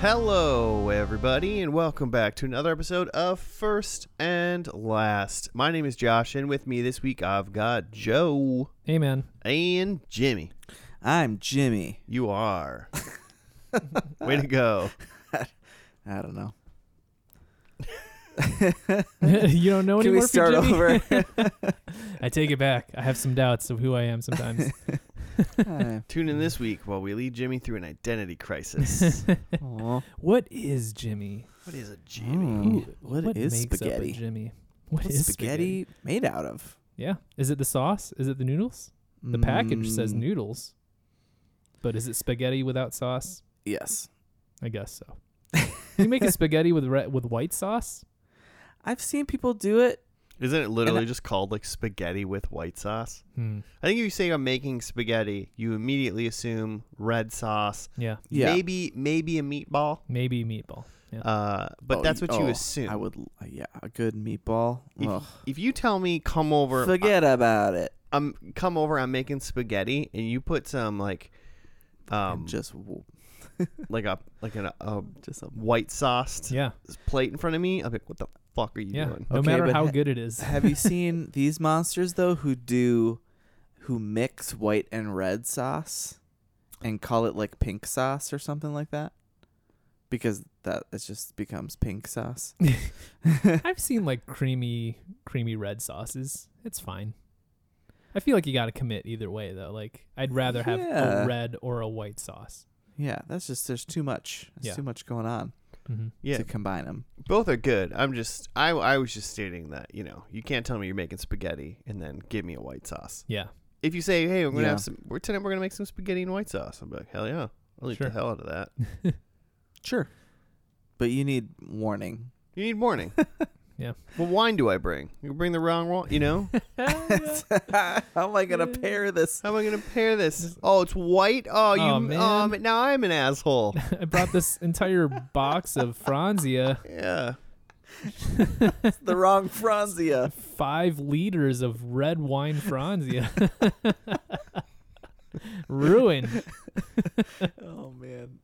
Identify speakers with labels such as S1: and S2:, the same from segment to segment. S1: Hello, everybody, and welcome back to another episode of First and Last. My name is Josh, and with me this week I've got Joe
S2: Hey, man.
S1: and Jimmy.
S3: I'm Jimmy.
S1: You are. Way to go.
S3: I don't know.
S2: you don't know
S3: Can
S2: anymore.
S3: we start over?
S2: I take it back. I have some doubts of who I am sometimes.
S3: Hi.
S1: Tune in this week while we lead Jimmy through an identity crisis.
S3: Aw.
S2: what is Jimmy?
S1: what is a Jimmy?
S3: Ooh, what is
S2: makes
S3: spaghetti?
S2: Up a Jimmy. What
S3: What's
S2: is
S3: spaghetti made out of?
S2: Yeah. Is it the sauce? Is it the noodles? The package says
S3: Mm,
S2: noodles. But is it spaghetti without sauce?
S3: Yes.
S2: I guess so. Can you make a spaghetti with re- with white sauce?
S3: I've seen people do it.
S1: Isn't it literally just called like spaghetti with white sauce?
S2: Hmm.
S1: I think if you say I'm making spaghetti, you immediately assume red sauce,
S2: Yeah.
S3: Yeah.
S1: maybe maybe a meatball.
S2: Maybe meatball. Yeah.
S1: Uh, but
S3: Oh,
S1: that's what you
S3: oh,
S1: assume.
S3: I would. Yeah, a good meatball. Ugh.
S1: if you tell me come over
S3: Forget about it.
S1: I, am come over i'm making spaghetti and you put some like
S3: Um,
S1: um
S3: just w-
S1: like a like an, a
S3: just a,
S1: white sauced
S2: yeah.
S1: plate in front of me i'm like what the fuck are you
S2: Yeah.
S1: doing
S2: No
S3: Okay,
S2: matter
S3: but
S2: how
S3: ha-
S2: good it is.
S3: Have you seen these monsters though? Who do, who mix white and red sauce, and call it like pink sauce or something like that, because that it just becomes pink sauce.
S2: I've seen like creamy, creamy red sauces. It's fine. I feel like you got to commit either way though. Like I'd rather have
S3: Yeah.
S2: a red or a white sauce.
S3: Yeah, that's just there's too much. There's
S2: Yeah.
S3: too much going on
S2: Mm-hmm.
S1: yeah
S3: to combine them.
S1: both are good i'm just i i was just stating that you know you can't tell me you're making spaghetti and then give me a white sauce
S2: Yeah.
S1: if you say hey i'm gonna
S3: Yeah.
S1: have some we're tonight we're gonna make some spaghetti and white sauce i'm like hell yeah i'll eat
S2: Sure.
S1: the hell out of that
S3: Sure, but you need warning.
S1: you need warning
S2: Yeah.
S1: what wine do i bring you bring the wrong one you know
S3: How am I gonna pair this?
S1: How am I gonna pair this? Oh, it's white. Oh, you.
S2: Aw,
S1: Um,
S2: man.
S1: now I'm an asshole.
S2: I brought this entire box of Franzia,
S1: Yeah.
S3: The wrong Franzia.
S2: five liters of red wine Franzia. Ruined.
S3: Oh man.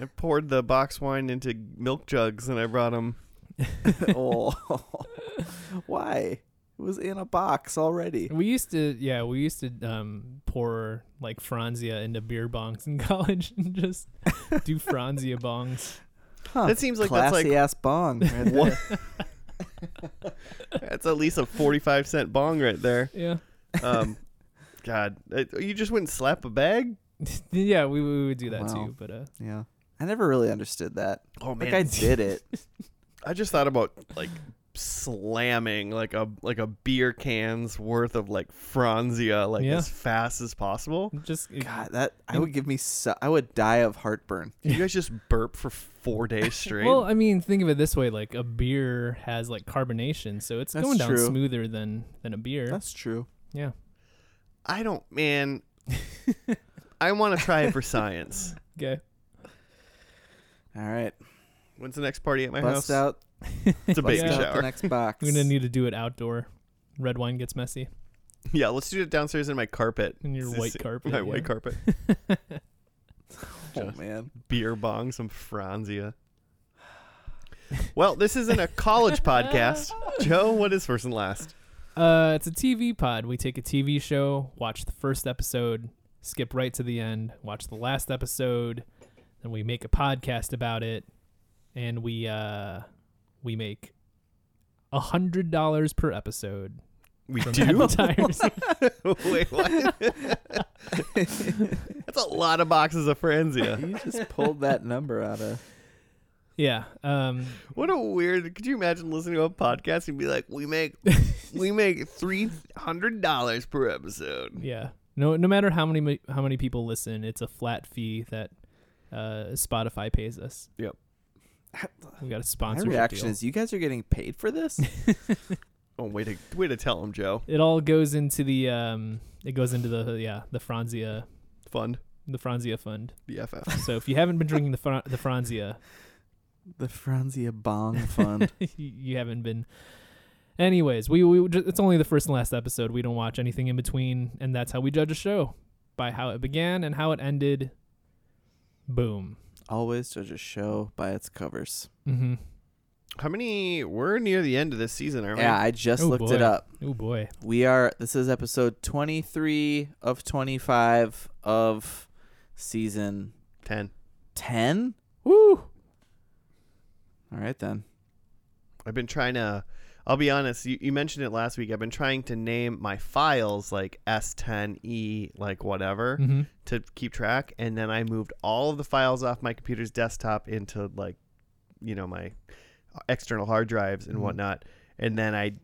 S1: I poured the box wine into milk jugs and I brought them.
S3: oh, why? It was in a box already.
S2: We used to, yeah, we used to um, pour like Franzia into beer bongs in college and just do Franzia bongs.
S3: Huh.
S1: That seems like that's
S3: classy
S1: like
S3: ass bong. right
S1: one.
S3: there.
S1: that's at least a forty-five cent bong right there.
S2: Yeah.
S1: Um, God, uh, you just wouldn't slap a bag.
S2: yeah, we, we would do that
S3: Wow.
S2: too, but uh,
S3: Yeah, I never really understood that.
S1: Oh
S3: Like I did it.
S1: I just thought about like slamming like a like a beer can's worth of like Franzia like
S2: Yeah.
S1: as fast as possible.
S2: just
S3: God, that I would give me. So, I would die of heartburn.
S1: You guys just burp for four days straight.
S2: well, I mean, think of it this way: like a beer has like carbonation, so it's
S3: That's
S2: going down
S3: true.
S2: smoother than than a beer.
S3: That's true.
S2: yeah,
S1: I don't, man. I want to try it for science.
S2: okay.
S3: All right,
S1: When's the next party at my
S3: bust
S1: house?
S3: out.
S1: It's a
S3: Bust
S1: baby
S3: out the
S1: shower.
S3: next box.
S2: We're gonna need to do it outdoor. Red wine gets messy
S1: Yeah, let's do it downstairs in my carpet.
S2: in your
S1: Just
S2: white
S1: sit-
S2: carpet.
S1: My
S2: yeah.
S1: white carpet.
S3: oh man.
S1: Beer bong, some Franzia. Well, this isn't a college podcast. Joe, what is first and last?
S2: Uh, it's a TV pod. We take a TV show, watch the first episode, skip right to the end, watch the last episode, then we make a podcast about it, and we uh, we make a hundred dollars per episode
S1: We
S2: from
S1: do.
S2: advertisers.
S1: Wait, what? That's a lot of boxes of Franzia.
S3: You just pulled that number out of.
S2: yeah. Um,
S1: What a weird. Could you imagine listening to a podcast and be like, "We make, we make three hundred dollars per episode."
S2: yeah. No, no matter how many mi- how many people listen, it's a flat fee that uh, Spotify pays us.
S1: Yep.
S2: We got a
S3: My
S2: sponsorship
S3: reaction
S2: deal.
S3: is, you guys are getting paid for this.
S1: Oh, way to way to tell him, Joe.
S2: it all goes into the um it goes into the yeah the franzia
S1: Fund
S2: the franzia fund
S1: the FF.
S2: so if you haven't been drinking the Fra- the franzia
S3: the Franzia Bong Fund.
S2: you, you haven't been anyways we, we ju- it's only the first and last episode we don't watch anything in between and that's how we judge a show by how it began and how it ended boom
S3: always judge a show by its covers.
S2: Mm-hmm.
S1: How many? We're near the end of this season, aren't
S3: Yeah, I just
S2: Oh,
S3: looked it
S2: boy.
S3: up.
S2: Oh boy.
S3: We are. This is episode twenty-three of twenty-five of season
S1: we? Ten.
S3: ten. Woo! All right then.
S1: I've been trying to. I'll be honest. You, you mentioned it last week. I've been trying to name my files like S10E, like whatever,
S2: Mm-hmm.
S1: to keep track. And then I moved all of the files off my computer's desktop into like, you know, my external hard drives
S3: Mm-hmm.
S1: and
S2: Mhm.
S1: whatnot. And then I,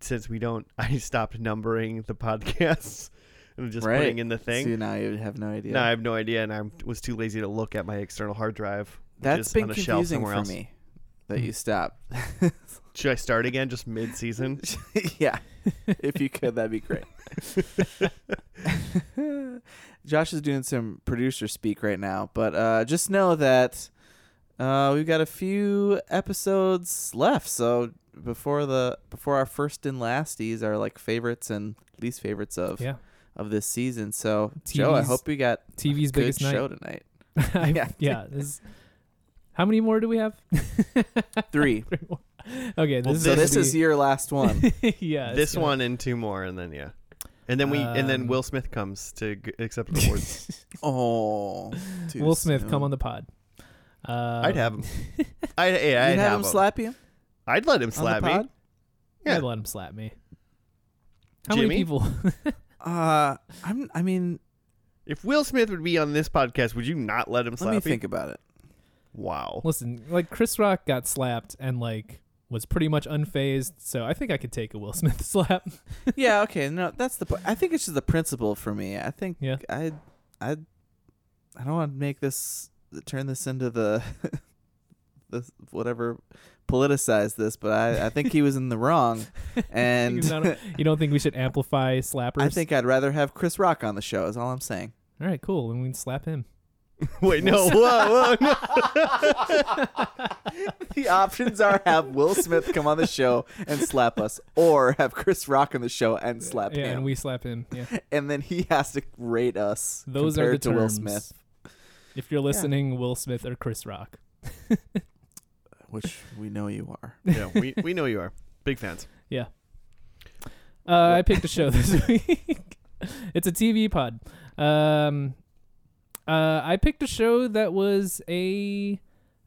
S1: since we don't, I stopped numbering the podcasts and just
S3: Right.
S1: putting in the thing.
S3: So now you have no idea.
S1: No, I have no idea, and I was too lazy to look at my external hard drive.
S3: That's
S1: just
S3: been
S1: on a shelf
S3: confusing
S1: somewhere
S3: for
S1: else.
S3: me. That
S2: Hmm.
S3: you stopped.
S1: Should I start again just mid-season?
S3: yeah. If you could, that'd be great. Josh is doing some producer speak right now, but uh, just know that uh, we've got a few episodes left. So before the before our first and lasties are like favorites and least favorites of
S2: Yeah.
S3: of this season. So Joe, I
S2: TV's
S3: hope you got
S2: TV's
S3: a good
S2: biggest
S3: show
S2: night.
S3: tonight.
S2: I-
S3: Yeah.
S2: yeah. This, how many more do we have?
S3: Three.
S2: Three more. Okay. This
S1: Well,
S2: is
S3: so
S2: gonna
S3: this is
S2: be-
S3: your last one.
S2: yeah. it's
S1: this
S2: gonna-
S1: one and two more, and then yeah, and then we and then
S2: Um,
S1: Will Smith comes to g- accept the award.
S3: oh, too
S2: Will Smith,
S3: soon.
S2: come on the pod. Uh,
S1: I'd have him. I, yeah,
S3: You'd
S1: I'd
S3: have
S1: have
S3: him slap you
S1: I'd let him
S3: on
S1: slap
S3: the
S1: me.
S3: pod?
S1: Yeah.
S2: I'd let him slap me. How
S1: Jimmy?
S2: many people?
S3: Uh, I'm. I mean,
S1: If Will Smith would be on this podcast, would you not let him
S3: let
S1: slap
S3: me
S1: you?
S3: think about it.
S1: Wow.
S2: Listen, like Chris Rock got slapped and like was pretty much unfazed, so I think I could take a Will Smith slap.
S3: yeah. Okay. No, that's the. po- I think it's just the principle for me. I think.
S2: Yeah.
S3: I. I. I don't want to make this turn this into the, the whatever, politicize this, but I I think he was in the wrong, and
S2: He's not- you don't think we should amplify slappers?
S3: I think I'd rather have Chris Rock on the show. Is all I'm saying.
S2: All right, cool. Then we can slap him.
S1: Wait, no, whoa, whoa, no.
S3: The options are have Will Smith come on the show and slap us, or have Chris Rock on the show and slap
S2: yeah,
S3: him.
S2: and we slap him. Yeah,
S3: and then he has to rate us
S2: those are the
S3: compared to
S2: terms.
S3: Will Smith,
S2: If you're listening, Will Smith or Chris Rock.
S3: which we know you are.
S1: yeah, we we know you are big fans.
S2: Uh, I picked a show this week. it's a TV pod. Um, uh, I picked a show that was a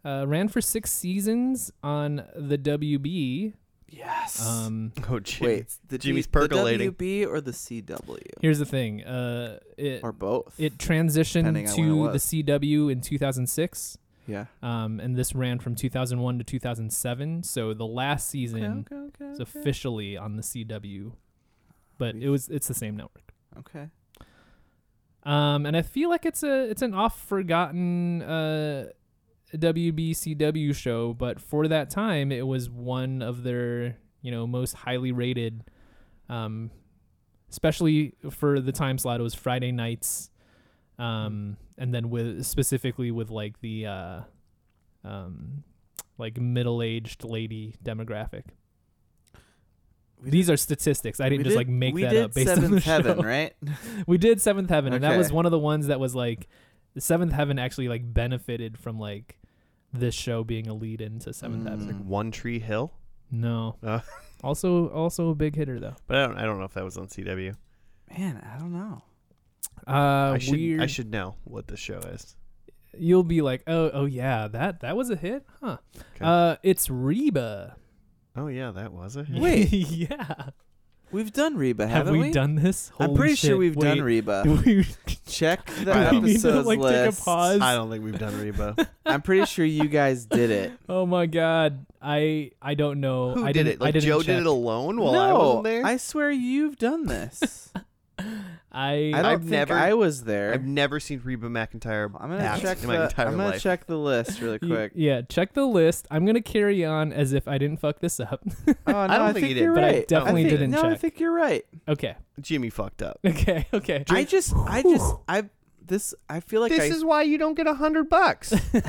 S2: uh, ran for six seasons on the WB.
S3: Yes.
S2: Um,
S1: Oh, gee.
S3: Wait, the
S1: Jimmy's
S3: D-
S1: percolating.
S3: The WB or the CW
S2: here's the thing. Uh, it
S3: or both?
S2: it
S3: Depending
S2: transitioned
S3: on when it
S2: to the
S3: was.
S2: CW in 2006,
S3: yeah.
S2: um, and this ran from 2001 to 2007. So the last season
S3: okay,
S2: is officially on the CW, but
S3: We-
S2: it was it's the same network.
S3: Okay.
S2: Um, and I feel like it's a it's an off forgotten uh, WBCW show, but for that time, it was one of their you know most highly rated. Um, especially for the time slot, it was Friday nights, um, and then with specifically with like the uh, um, like middle aged lady demographic.
S3: We
S2: These are statistics. I didn't
S3: We
S2: just
S3: did-
S2: like make
S3: we
S2: that
S3: did
S2: up based
S3: Seventh
S2: on the
S3: Heaven,
S2: show.
S3: right?
S2: We did Seventh Heaven, and that was
S3: Okay.
S2: one of the ones that was like the Seventh Heaven actually like benefited from like this show being a lead into Seventh Heaven.
S3: Mm.
S1: One Tree Hill,
S2: No.
S1: Uh.
S2: Also, also a big hitter though.
S1: but I don't I don't know if that was on CW.
S3: Man, I don't know.
S2: Uh,
S1: I should
S2: weird.
S1: I should know what the show is.
S2: You'll be like, oh, oh yeah, that that was a hit, huh?
S1: 'Kay.
S2: Uh, it's Reba.
S1: Oh yeah, that was it.
S3: Wait.
S2: yeah.
S3: We've done Reba,
S2: Have
S3: haven't
S2: we, done this?
S3: I'm
S2: Holy
S3: pretty sure
S2: shit,
S3: we've done
S2: wait.
S3: Reba.
S2: Do we,
S3: Check the
S1: Wow.
S2: do we need
S3: episodes
S2: to like
S3: list.
S2: take a pause?
S1: I don't think we've done Reba.
S3: I'm pretty sure you guys did it.
S2: Oh my god, I I don't know.
S1: Who
S2: Oh, I
S1: did
S2: didn't-
S1: it? Like
S2: I didn't
S1: Joe
S2: check.
S1: did it alone while
S3: no,
S1: I wasn't there.
S3: I swear you've done this.
S2: I
S3: I don't
S1: I've
S3: think
S1: never-
S3: I was there.
S1: I've never seen Reba McIntyre.
S3: I'm gonna
S1: act
S3: check
S1: in
S3: the,
S1: my entire
S3: I'm gonna
S1: life.
S3: check the list really
S2: You-
S3: quick.
S2: yeah, check the list. I'm gonna carry on as if I didn't fuck this up.
S3: Oh, no, I
S1: don't think
S3: don't think,
S1: you did,
S3: you're
S2: but I
S3: right.
S2: definitely
S3: think-
S2: didn't
S3: No, I
S2: check.
S3: think you're right.
S2: okay,
S1: Jimmy fucked up.
S2: okay, okay.
S3: I just, I just, I this, I feel like
S1: this
S3: I.
S1: is why you don't get a hundred bucks.
S3: God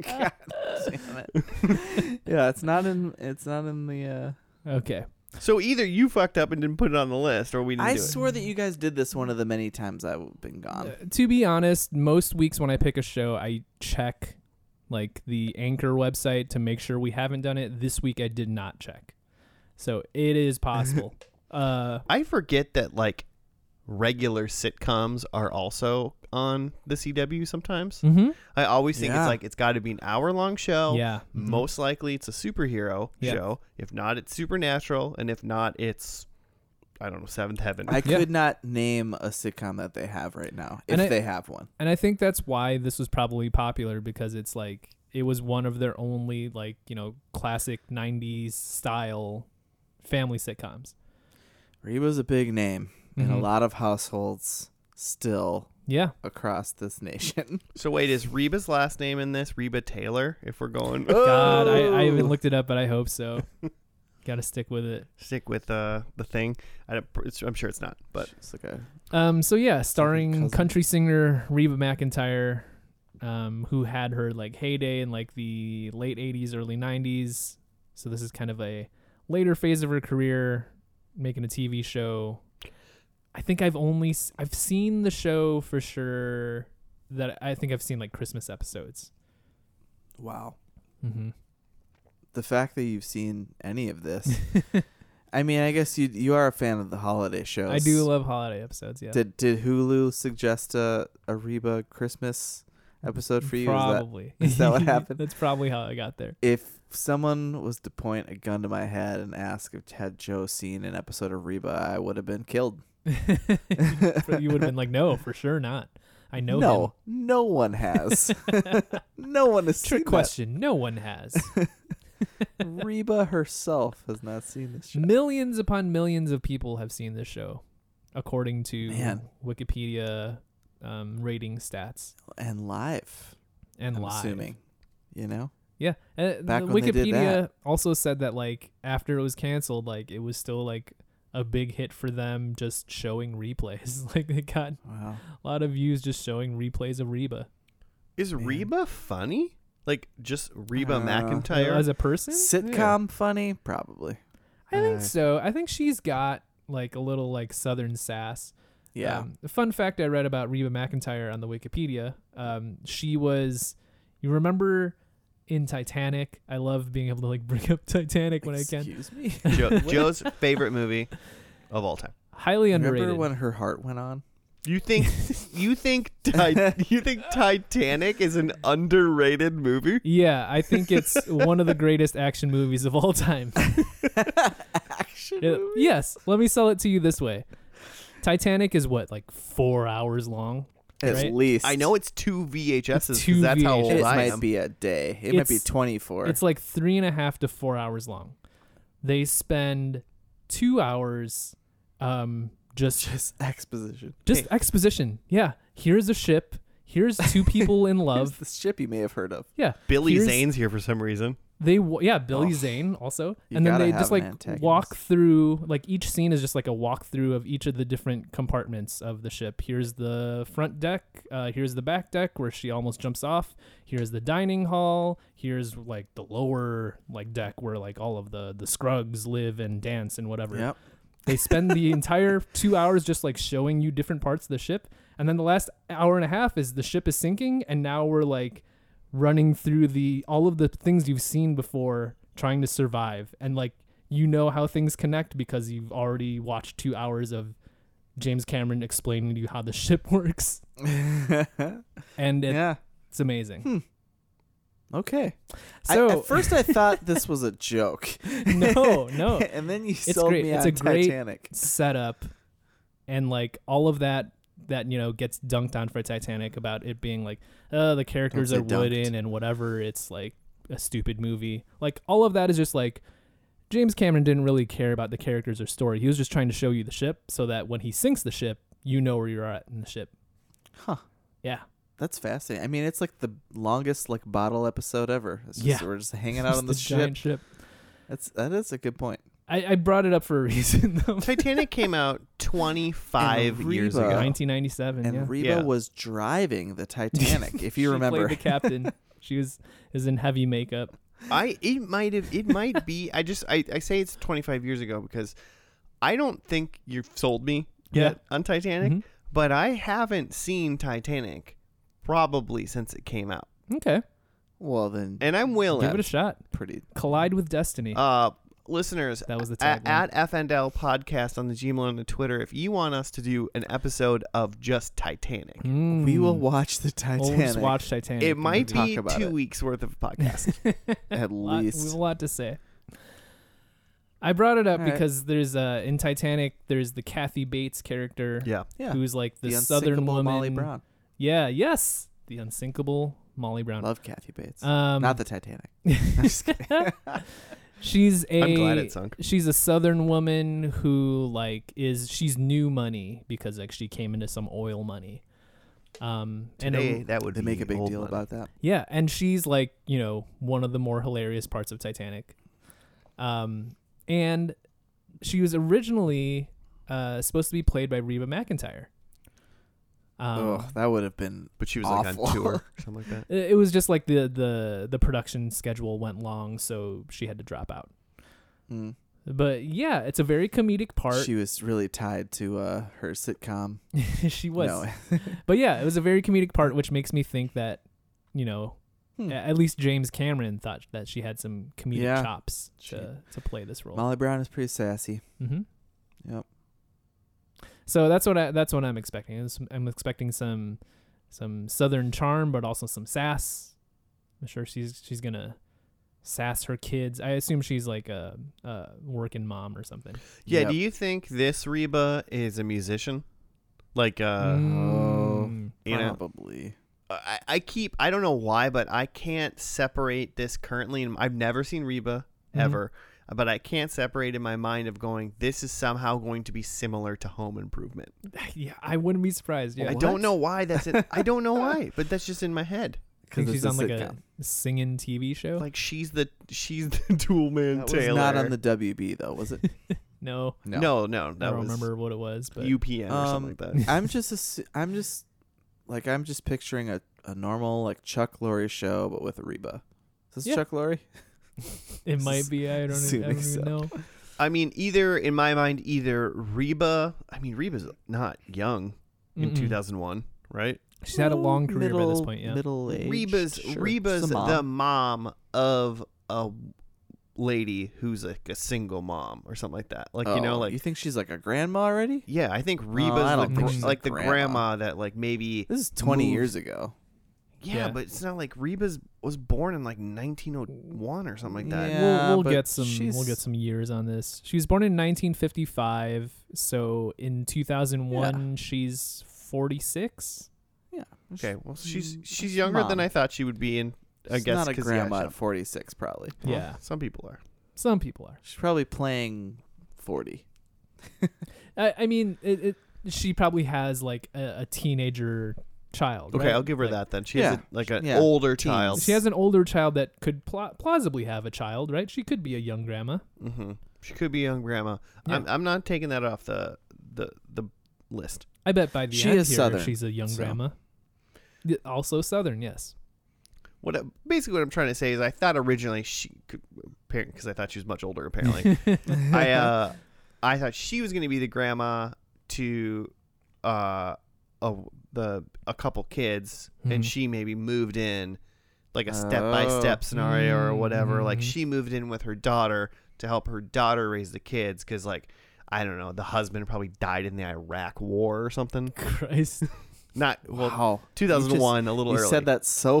S3: damn it. yeah, it's not in. It's not in the. Uh,
S2: Okay.
S1: So either you fucked up and didn't put it on the list, or we didn't
S3: I
S1: do
S3: swear that you guys did this one of the many times I've been gone.
S2: Uh, to be honest, most weeks when I pick a show, I check like the anchor website to make sure we haven't done it. This week I did not check. So it is possible. uh
S1: it. I forget that like regular sitcoms are also on the CW sometimes.
S2: mm-hmm.
S1: I always think
S3: Yeah. Mm-hmm.
S1: it's like it's got to be an hour long show.
S2: yeah. mhm.
S1: Most likely it's a superhero
S2: Yeah.
S1: show. If not, it's supernatural, and if not, it's I don't know Seventh Heaven.
S3: I could
S2: Yeah.
S3: not name a sitcom that they have right now, if
S2: And I-
S3: they have one.
S2: And I think that's why this was probably popular because it's like it was one of their only like, you know, classic 90s style family sitcoms.
S3: Reba's a big name in a
S2: Mhm.
S3: lot of households still
S2: Yeah.
S3: across this nation.
S1: so wait, is Reba's last name in this Reba Taylor? If we're going
S2: God, I, I
S3: Oh.
S2: even looked it up, but I hope so. Got to stick with it.
S1: stick with uh, the thing, I don't, it's, I'm sure it's not, but
S3: It's like a-
S2: Um, so yeah, starring
S3: cousin.
S2: country singer Reba McIntyre, um, who had her like heyday in like the late '80s, early '90s. So this is kind of a later phase of her career, making a TV show. I think I've only s- I've seen the show for sure. That I think I've seen like Christmas episodes.
S3: wow.
S2: Mm-hmm.
S3: The fact that you've seen any of this. I mean, I guess you you are a fan of the holiday shows.
S2: I do love holiday episodes. Yeah,
S3: Did did Hulu suggest a, a Reba Christmas episode for you? Is that-
S2: Probably
S3: is that what happened?
S2: That's probably how I got there.
S3: if someone was to point a gun to my head and ask if had Joe seen an episode of Reba, I would have been killed.
S2: But you would have been like, no, for sure not. I know.
S3: no,
S2: him."
S3: no one has. no one has seen
S2: Trick question. No one has.
S3: That. Reba herself has not seen this show.
S2: millions upon millions of people have seen this show, according to
S3: Man.
S2: Wikipedia um, rating stats
S3: And live,
S2: and
S3: I'm
S2: live.
S3: assuming. You know?
S2: Yeah, uh,
S3: Back
S2: the
S3: when they
S2: Wikipedia
S3: did that.
S2: also said that like after it was canceled, like it was still like a big hit for them, just showing replays. like they got
S3: Wow.
S2: a lot of views just showing replays of Reba
S1: is
S3: Man.
S1: Reba funny? Like just Reba
S3: Uh,
S1: McIntyre?
S2: as a person.
S3: Sitcom funny? Probably.
S2: I think
S1: Uh,
S2: so. I think she's got like a little like southern sass.
S3: Yeah.
S2: Um, the fun fact I read about Reba McIntyre on the Wikipedia, um, she was, you remember in Titanic? I love being able to like bring up Titanic when I can.
S3: Excuse me.
S1: Jo- Joe's favorite movie of all time.
S2: Highly
S3: Remember
S2: underrated.
S3: when her heart went on?
S1: You think you think Ti- you think Titanic is an underrated movie?
S2: yeah, I think it's one of the greatest action movies of all time.
S3: Action
S2: It- yes, let me sell it to you this way. Titanic is what like four hours long.
S3: At
S2: Right?
S3: least.
S1: I know it's two VHSs. 'cause
S2: Two
S1: that's how
S2: VHSs.
S1: old
S3: It
S1: I
S3: might
S1: am.
S3: be a day. It might be
S2: It's-
S3: 24.
S2: It's like three and a half to four hours long. They spend two hours um, just
S3: just exposition.
S2: just exposition. Yeah, here's a ship. Here's two people in
S3: Here's
S2: love.
S3: the ship you may have heard of.
S2: Yeah,
S1: Billy
S2: Here's-
S1: Zane's here for some reason.
S2: they wa- yeah Billy
S3: Oh.
S2: Zane also,
S3: You
S2: and then
S3: gotta
S2: they
S3: have
S2: just
S3: an
S2: like walk
S3: antagonist.
S2: through like each scene is just like a walkthrough of each of the different compartments of the ship. Here's the front deck. Uh, here's the back deck where she almost jumps off. Here's the dining hall. Here's like the lower like deck where like all of the the scrugs live and dance and whatever.
S3: Yep.
S2: They spend the entire two hours just like showing you different parts of the ship. And then the last hour and a half is the ship is sinking. And now we're like running through the all of the things you've seen before trying to survive. And like you know how things connect because you've already watched two hours of James Cameron explaining to you how the ship works. And it's
S3: yeah. Hmm.
S2: amazing.
S3: Okay. I-
S2: So
S3: at first, I thought this was a joke.
S2: no, no.
S3: and then you sold
S2: great.
S3: me
S2: It's
S3: on
S2: a great-
S3: Titanic.
S2: setup and like all of that that you know gets dunked on for Titanic about it being like uh the characters
S3: say
S2: are
S3: dunked.
S2: wooden and whatever it's like a stupid movie like all of that is just like James Cameron didn't really care about the characters or story he was just trying to show you the ship so that when he sinks the ship you know where you're at in the ship
S3: Huh.
S2: yeah
S3: That's fascinating. I mean, it's like the longest like bottle episode ever. It's just,
S2: Yeah.
S3: We're just hanging out
S2: Just
S3: on the
S2: giant
S3: ship.
S2: ship
S3: That's that is a good point.
S2: I, I brought it up for a reason though
S1: Titanic came out 25
S3: And
S1: years
S3: Reba.
S1: ago.
S2: 1997
S3: And
S2: yeah
S3: Reba
S1: Yeah.
S3: was driving the Titanic, if you
S2: She
S3: remember.
S2: played the captain she was is in heavy makeup
S1: I it might have it might be I just I, I say it's 25 years ago because I don't think you've sold me
S2: Yeah.
S1: yet on Titanic,
S2: Mhm.
S1: but I haven't seen Titanic probably since it came out,
S2: Mm-hmm. Okay.
S3: Well, then,
S1: and I'm willing.
S2: Give it a shot.
S3: pretty.
S2: Collide with destiny.
S1: uh, listeners,
S2: that was the
S1: at,
S2: tagline.
S1: at FNL Podcast on the Gmail and the Twitter, if you want us to do an episode of just Titanic,
S2: Mm.
S3: We will watch the
S2: We'll
S3: Titanic.
S2: just watch Titanic.
S1: it
S2: and
S1: might
S2: review.
S3: Talk
S1: be
S3: about
S1: two
S3: it.
S1: weeks worth of podcast.
S3: at
S2: Lot- we have
S3: least.
S2: a lot to say. I brought it up
S3: All right.
S2: because there's uh in Titanic there's the Kathy Bates character
S1: yeah,
S3: Yeah.
S2: who's like the,
S3: the
S2: southern
S3: unsinkable
S2: woman.
S3: Molly Brown.
S2: Yeah, yes. The unsinkable Molly Brown.
S3: Love Kathy Bates.
S2: um
S3: Not the Titanic. I'm just kidding.
S2: she's a
S1: I'm glad it sunk.
S2: she's a southern woman who like is she's new money because like she came into some oil money. Um
S1: Today,
S2: and a-
S1: that would
S3: They
S1: be
S3: make a big
S1: old
S3: deal
S1: money.
S3: about that.
S2: Yeah, and she's like, you know, one of the more hilarious parts of Titanic. Um, and she was originally uh, supposed to be played by Reba McIntyre. Um,
S3: oh, that would have been.
S1: but she was
S3: Awful.
S1: like on tour or something like that.
S2: it it was just like the the the production schedule went long, so she had to drop out.
S3: Mm.
S2: But yeah, it's a very comedic part.
S3: She was really tied to uh, her sitcom.
S2: She, was,
S3: No.
S2: but yeah, it was a very comedic part, which makes me think that, you know,
S3: Hmm.
S2: a- at least James Cameron thought that she had some comedic
S3: Yeah.
S2: chops to to play this role.
S3: Molly Brown is pretty sassy.
S2: Mm-hmm.
S3: Yep.
S2: So that's what I that's what I'm expecting. I'm, I'm expecting some some southern charm, but also some sass. I'm sure she's she's gonna sass her kids. I assume she's like a, a working mom or something.
S1: Yeah,
S3: Yep.
S1: do you think this Reba is a musician? Like, uh,
S2: Mm.
S1: you know,
S3: Probably.
S1: I, I keep, I don't know why, but I can't separate this currently. And I've never seen Reba
S3: Mm-hmm.
S2: Mhm.
S1: ever, but I can't separate in my mind of going, this is somehow going to be similar to Home Improvement.
S2: Mm. yeah, I wouldn't be surprised. Yeah,
S1: I
S3: What?
S1: don't know why that's it. I don't know why, but that's just in my head.
S2: think
S3: it's
S2: she's
S3: a
S2: on like
S3: sitcom.
S2: a singing TV show.
S1: Like she's the she's the tool man
S3: That was
S1: Taylor.
S3: not on the WB though, was it?
S2: no,
S1: no, no, that
S2: I don't
S1: was
S2: remember what it was, but
S1: UPN or
S3: Um,
S1: something like that.
S3: I'm just assu- I'm just like I'm just picturing a, a normal like Chuck Lorre show but with Reba. Is this
S2: Yeah.
S3: Chuck Lorre?
S2: it might be. I don't, e- I
S3: Assuming
S2: don't even
S3: so.
S2: know.
S1: I mean, either in my mind, either Reba. I mean, Reba's not young in
S2: Mm-mm.
S1: 2001, right?
S2: She's had a long career
S3: middle,
S2: by this point. Yeah,
S3: Middle age.
S1: Reba's Reba's the mom. of a lady who's like a single mom or something like that. Like you know, like
S3: Oh, you think she's like a grandma alady?
S1: yeah, I think
S3: Uh, I
S1: Reba's
S3: don't
S1: the
S2: think
S1: gr-
S2: she's a
S1: like the
S3: grandma.
S1: grandma that like maybe
S3: This is 20
S1: Moved.
S3: years ago.
S1: yeah,
S2: Yeah.
S1: but it's not like Reba's was born in like 1901 or something like that.
S3: Yeah.
S2: we'll,
S3: but
S2: we'll get some we'll
S3: she's-
S2: get some years on this. She was born in 1955, so in 2001 she's 46.
S1: Okay, well she's
S3: Mm,
S1: she's younger than
S3: mom.
S1: I thought she would be, and I
S3: She's
S1: guess
S3: not a
S1: 'cause,
S3: grandma
S1: Yeah,
S3: at 46 probably.
S1: she- well,
S2: Yeah,
S1: some people are.
S2: some people are.
S3: She's probably playing 40.
S2: I, I mean, it, it, she probably has like a, a teenager child.
S1: Okay,
S2: right?
S1: I'll give her
S2: Like,
S1: that then. She has
S3: Yeah.
S1: a, like an
S3: Yeah.
S1: older
S3: Teens.
S1: child.
S2: She has an older child that could pla plausibly have a child, right? She could be a young grandma.
S1: hmm She could be a young grandma. I'm, I'm not taking that off the the the list.
S2: I bet by the
S3: She
S2: end
S3: is
S2: here
S3: Southern,
S2: she's a young
S3: so.
S2: grandma. Y- Also Southern, yes.
S1: What I- basically what I'm trying to say is I thought originally she could because I thought she was much older apparently. I uh I thought she was going to be the grandma to uh a the a couple kids
S2: Mhm.
S3: Hmm.
S1: and she maybe moved in like a step by step
S3: Oh. Hmm.
S1: scenario or whatever like
S2: Mhm.
S1: she moved in with her daughter to help her daughter raise the kids cuz like I don't know. The husband probably died in the Iraq War or something.
S2: Christ,
S1: Not well,
S3: wow.
S1: 2001, a little
S3: You
S1: early.
S3: said that so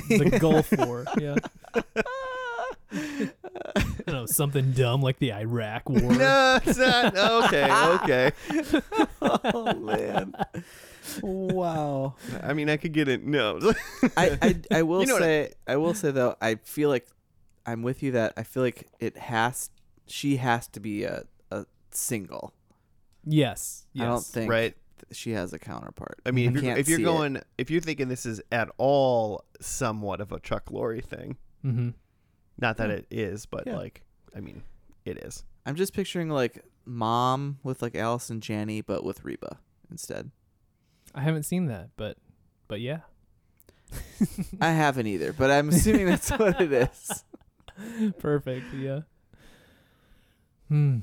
S2: the Gulf War. Yeah. I don't know, something dumb like the Iraq War.
S1: No, it's not. Okay, okay.
S3: oh man. Wow.
S1: I mean, I could get it. No,
S3: I, I I will
S1: You know what I-
S3: say I will say though I feel like I'm with you that I feel like it has she has to be a a single.
S2: Yes. Yes.
S3: I don't think
S1: right?
S3: she has a counterpart.
S1: I mean,
S3: I
S1: if you're,
S3: can't
S1: if you're
S3: see it.
S1: going, if you're thinking this is at all somewhat of a Chuck Lorre thing,
S2: Mm-hmm.
S1: not that
S3: Yeah.
S1: it is, but
S3: Yeah.
S1: like, I mean, it is.
S3: I'm just picturing like mom with like Alice and Janney, but with Reba instead.
S2: I haven't seen that, but but yeah.
S3: I haven't either, but I'm assuming that's what it is.
S2: Perfect. Yeah. Hmm.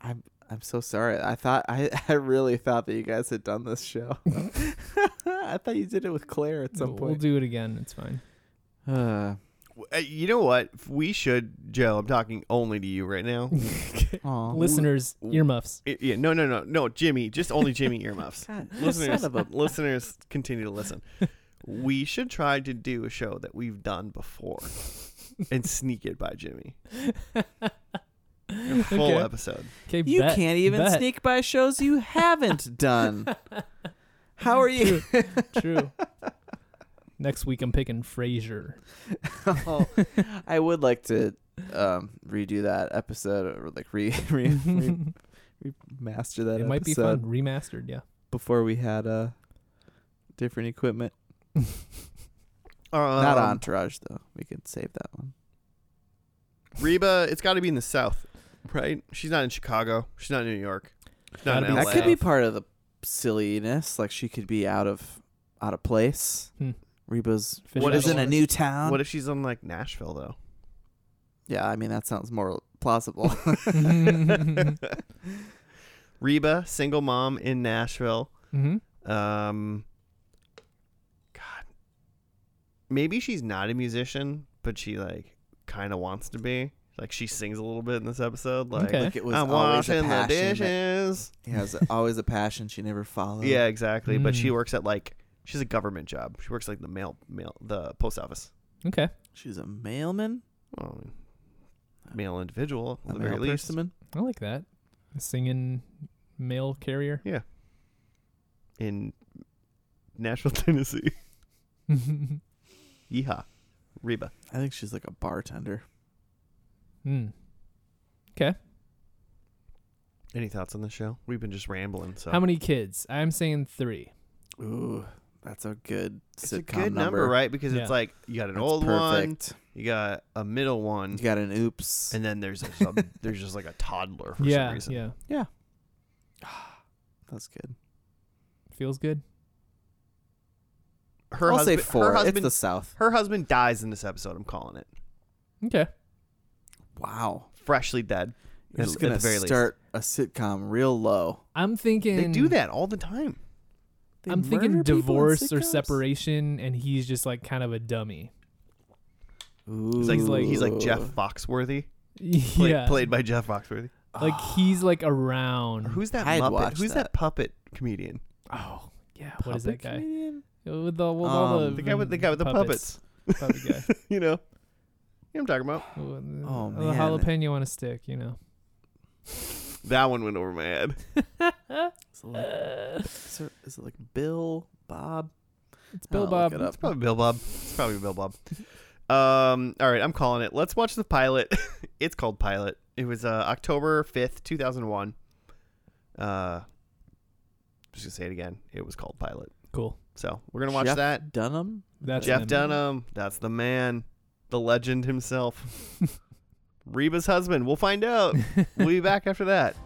S3: I'm I'm so sorry. I thought I, I really thought that you guys had done this show. I thought you did it with Claire at some
S2: we'll,
S3: point.
S2: do it again. It's fine.
S3: uh,
S1: W- uh, You know what? We should, Joe. I'm talking only to you right now.
S3: aw.
S2: Listeners, earmuffs.
S1: I- yeah, no, no, no, no, Jimmy. Just only Jimmy earmuffs.
S3: God,
S1: listeners,
S3: son of a
S1: listeners, continue to listen. We should try to do a show that we've done before and sneak it by Jimmy. A full
S2: Okay.
S1: episode.
S2: Okay,
S3: You
S2: bet,
S3: can't even
S2: bet.
S3: sneak by shows you haven't done. How are you?
S2: True. Next week I'm picking Frasier.
S3: Oh, I would like to um, redo that episode or like re, re, re
S2: it
S3: remaster that
S2: might be
S3: episode
S2: fun. Remastered, yeah.
S3: before we had uh, different equipment.
S1: Um,
S3: Not Entourage though. We could save that one.
S1: Reba. It's got to be in the South, right? She's not in Chicago. She's not in New York. She's not in
S2: Gotta be
S1: LA.
S3: That could be part of the silliness. Like she could be out of out of place.
S2: Hmm.
S3: Reba's
S2: Fish
S1: What
S3: what
S1: is
S3: is in a
S2: out of
S3: new town.
S1: What if she's in like Nashville though?
S3: yeah, I mean that sounds more plausible.
S1: Reba, single mom in Nashville.
S2: hmm
S1: Um, God, maybe she's not a musician, but she like kind of wants to be. Like she sings a little bit in this episode. Like
S2: Okay.
S3: like it was
S1: I'm
S3: always
S1: washing
S3: a
S1: the
S3: passion. that-
S1: dishes.
S3: It has always a passion she never followed.
S1: Yeah, exactly. But she
S3: hmm.
S2: Mm.
S1: works at like she's a government job. She works like the mail mail the post office.
S2: Okay.
S3: she's a mailman.
S1: Well, I mean, male individual at
S3: A
S1: the very
S3: mail
S1: least.
S3: person.
S2: I like that. Singing mail carrier.
S1: in Nashville, Tennessee.
S2: mm.
S1: Yeehaw, Reba.
S3: I think she's like a bartender.
S1: Any thoughts on the show? We've been just rambling. So
S2: How many kids? I'm saying three.
S3: Ooh, that's a good
S1: It's
S3: sitcom
S1: a good number, right? Because
S2: Yeah.
S1: it's like you got an
S3: That's
S1: old one,
S3: perfect.
S1: you got a middle one,
S3: You got an oops.
S1: and then there's a, some- there's just like a toddler for
S2: yeah.
S1: some reason.
S2: Yeah.
S3: that's good.
S2: Feels good.
S1: Her
S3: I'll
S1: husband,
S3: say four.
S1: her
S3: it's
S1: husband,
S3: the South.
S1: her husband dies in this episode. I'm calling it
S2: Okay.
S3: Wow.
S1: freshly dead.
S3: You're
S1: at-
S3: just
S1: at
S3: gonna
S1: the very least.
S3: start a sitcom real low.
S2: I'm thinking
S1: They do that all the time.
S3: They
S2: I'm thinking
S3: murder people in
S2: divorce or
S3: sitcoms?
S2: separation, and he's just like kind of a dummy.
S3: Ooh.
S1: He's like
S2: He's like-
S1: he's like Jeff Foxworthy, play,
S2: yeah.
S1: played by Jeff Foxworthy.
S2: Like
S3: Ah,
S2: he's like around.
S1: Or who's that
S3: I'd
S1: Muppet?
S3: watch
S1: Who's that.
S3: that.
S1: puppet comedian?
S2: Oh yeah. What is that
S3: Puppet
S2: guy?
S3: comedian?
S2: With the with all the
S3: Um,
S1: The guy with the guy with the puppets.
S2: Puppet guy.
S1: you know, you know what I'm talking about.
S2: oh
S3: Oh,
S2: man. The
S3: man.
S2: jalapeno on a stick. You know.
S1: That one went over my head.
S3: Is it, like, is it- is it like Bill Bob?
S2: It's
S3: I
S2: Bill
S3: don't look
S2: Bob.
S3: it up.
S1: It's probably Bill Bob. It's probably Bill Bob. Um, all right, I'm calling it. Let's watch the pilot. it's called Pilot. It was uh, October 5th, 2001. Uh, I'm just gonna say it again. It was called Pilot.
S2: Cool.
S1: So we're gonna watch
S3: Jeff
S1: that.
S3: Dunham.
S2: That's
S1: Jeff
S2: him.
S1: Dunham, that's the man, the legend himself. Reba's husband. We'll find out. We'll be back after that.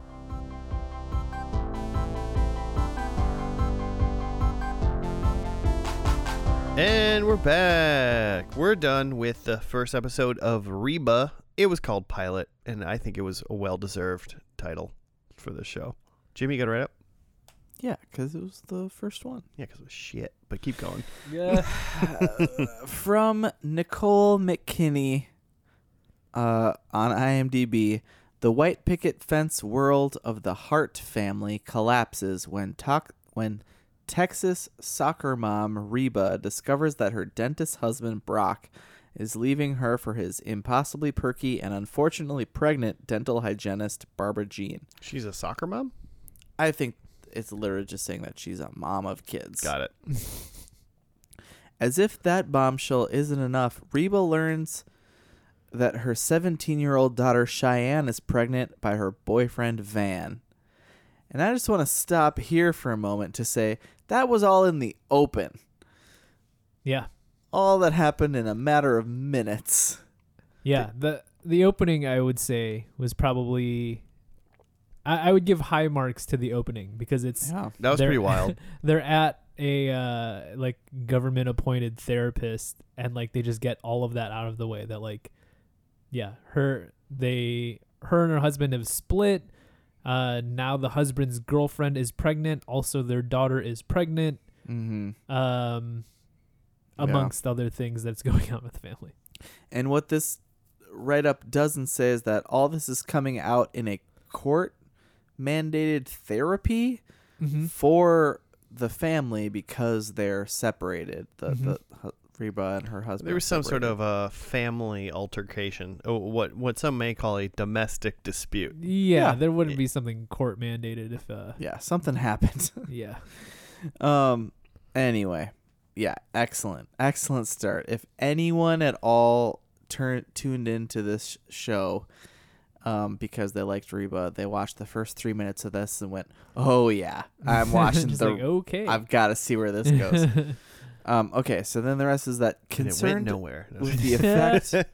S1: And we're back. We're done with the first episode of Reba. It was called Pilot, and I think it was a well deserved title for this show. Jimmy, you got it right up?
S3: Yeah, because it was the first one.
S1: Yeah, because it was shit, but keep going.
S2: Yeah.
S3: Uh, From Nicole McKinney uh, on IMDb, the white picket fence world of the Hart family collapses when talk when Texas soccer mom Reba discovers that her dentist husband Brock is leaving her for his impossibly perky and unfortunately pregnant dental hygienist Barbara Jean.
S1: She's a soccer mom?
S3: I think it's literally just saying that she's a mom of kids.
S1: Got it.
S3: As if that bombshell isn't enough, Reba learns that her 17 year old daughter Cheyenne is pregnant by her boyfriend Van. And I just want to stop here for a moment to say that was all in the open.
S2: yeah.
S3: All that happened in a matter of minutes.
S2: Yeah. The the opening I would say was probably I, I would give high marks to the opening because it's
S3: Yeah.
S1: That was
S2: They're-
S1: pretty wild.
S2: they're at a uh, like government appointed therapist and like they just get all of that out of the way that like yeah, her they her and her husband have split. Uh, now the husband's girlfriend is pregnant. Also, their daughter is pregnant.
S3: Mm-hmm.
S2: Um,
S3: Yeah.
S2: amongst other things that's going on with the family.
S3: And what this write up doesn't say is that all this is coming out in a court mandated therapy Mm-hmm.
S1: Mm-hmm.
S3: for the family because they're separated. The,
S2: Mhm.
S3: the hu- Reba and her husband.
S1: Mm-hmm. There
S3: are
S1: was some sort
S3: separated.
S1: of a family altercation, oh, what what some may call a domestic dispute.
S2: Yeah,
S3: Yeah.
S2: there wouldn't
S1: It-
S2: be something court mandated if. Uh,
S3: Yeah, something happened.
S2: yeah.
S3: Um. Anyway, yeah, excellent, excellent start. If anyone at all turn tuned into this sh- show, um, because they liked Reba, they watched the first three minutes of this and went, "Oh yeah, I'm watching
S2: Just
S3: the.
S2: like, okay.
S3: I've got to see where this goes." um. Okay, so then the rest is
S1: And
S3: that
S1: it went
S3: concerned
S1: nowhere.
S3: with the effect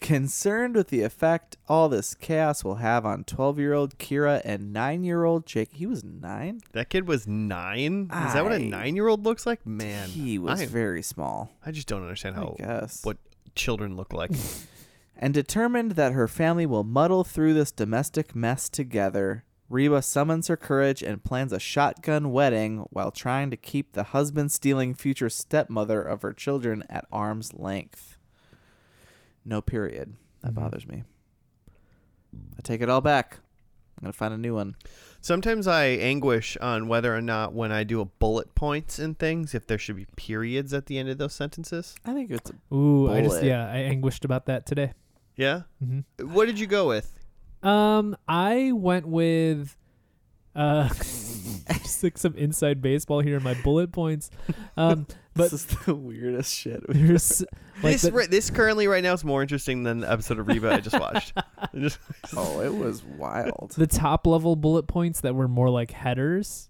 S3: concerned with the effect all this chaos will have on 12-year-old Kira and 9-year-old Jake. He was 9?
S1: that kid was nine. Is that what
S3: I-
S1: a nine-year-old looks like? Man,
S3: he was
S1: I,
S3: very Oh small.
S1: I just don't understand
S3: I
S1: how
S3: guess.
S1: what children look like.
S3: and determined that her family will muddle through this domestic mess together. Reba summons her courage and plans a shotgun wedding while trying to keep the husband stealing future stepmother of her children at arm's length. No period. That
S2: Mhm.
S3: bothers me. I take it all back. I'm going to find a new one.
S1: Sometimes I anguish on whether or not when I do a bullet points and things, if there should be periods at the end of those sentences.
S3: I think it's
S2: Ooh, I just
S3: Bullet.
S2: yeah, I anguished about that today.
S1: Yeah.
S2: hmm
S1: What did you go with?
S2: Um, I went with uh, just like some inside baseball here in my bullet points. Um, But-
S3: this is the weirdest shit.
S2: there's like
S1: this
S2: the-
S1: ri- this currently right now is more interesting than the episode of Reba I just watched. I just-
S3: oh, it was wild.
S2: the top level bullet points that were more like headers,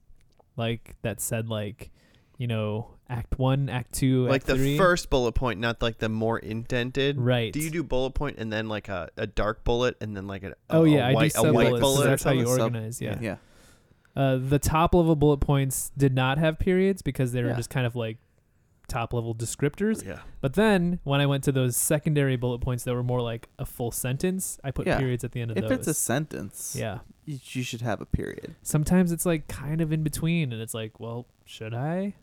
S2: like that said like, you know, Act One, Act Two,
S1: like
S2: act
S1: the
S2: three.
S1: first bullet point, not like the more indented.
S2: right.
S1: Do you do bullet point and then like a, a dark bullet and then like a, a-
S2: Oh
S1: a
S2: yeah, I do
S1: white, a
S2: sub
S1: white
S2: bullets. 'cause
S1: bullet?
S2: That's how you
S3: Sub-
S2: organize. yeah.
S3: Yeah.
S2: Uh, the top level bullet points did not have periods because they were
S3: Yeah.
S2: just kind of like top level descriptors.
S1: Yeah.
S2: But then when I went to those secondary bullet points that were more like a full sentence, I put
S3: Yeah.
S2: periods at the end of
S3: If
S2: those.
S3: it's a sentence,
S2: yeah.
S3: you, you should have a period.
S2: Sometimes it's like kind of in between, and it's like, well, should I?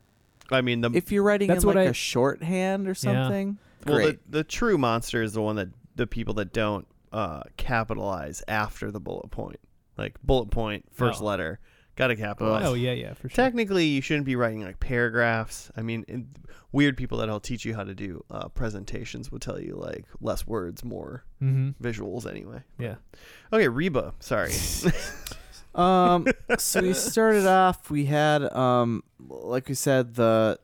S1: I mean the
S3: if you're writing
S2: That's
S3: in
S2: what
S3: like
S2: I-
S3: a shorthand or something,
S1: well the,
S3: great.
S1: the true monster is the one that the people that don't uh, capitalize after the bullet point. Like bullet point, first
S2: Oh.
S1: letter. Gotta capitalize.
S2: Oh yeah, yeah, for sure.
S1: Technically, you shouldn't be writing like paragraphs. I mean, in, weird people that'll teach you how to do uh, presentations will tell you like less words, more
S2: Mm-hmm.
S1: visuals. Anyway.
S2: Yeah.
S1: Okay, Reba. Sorry.
S3: um, so we started off. We had, um, like we said, the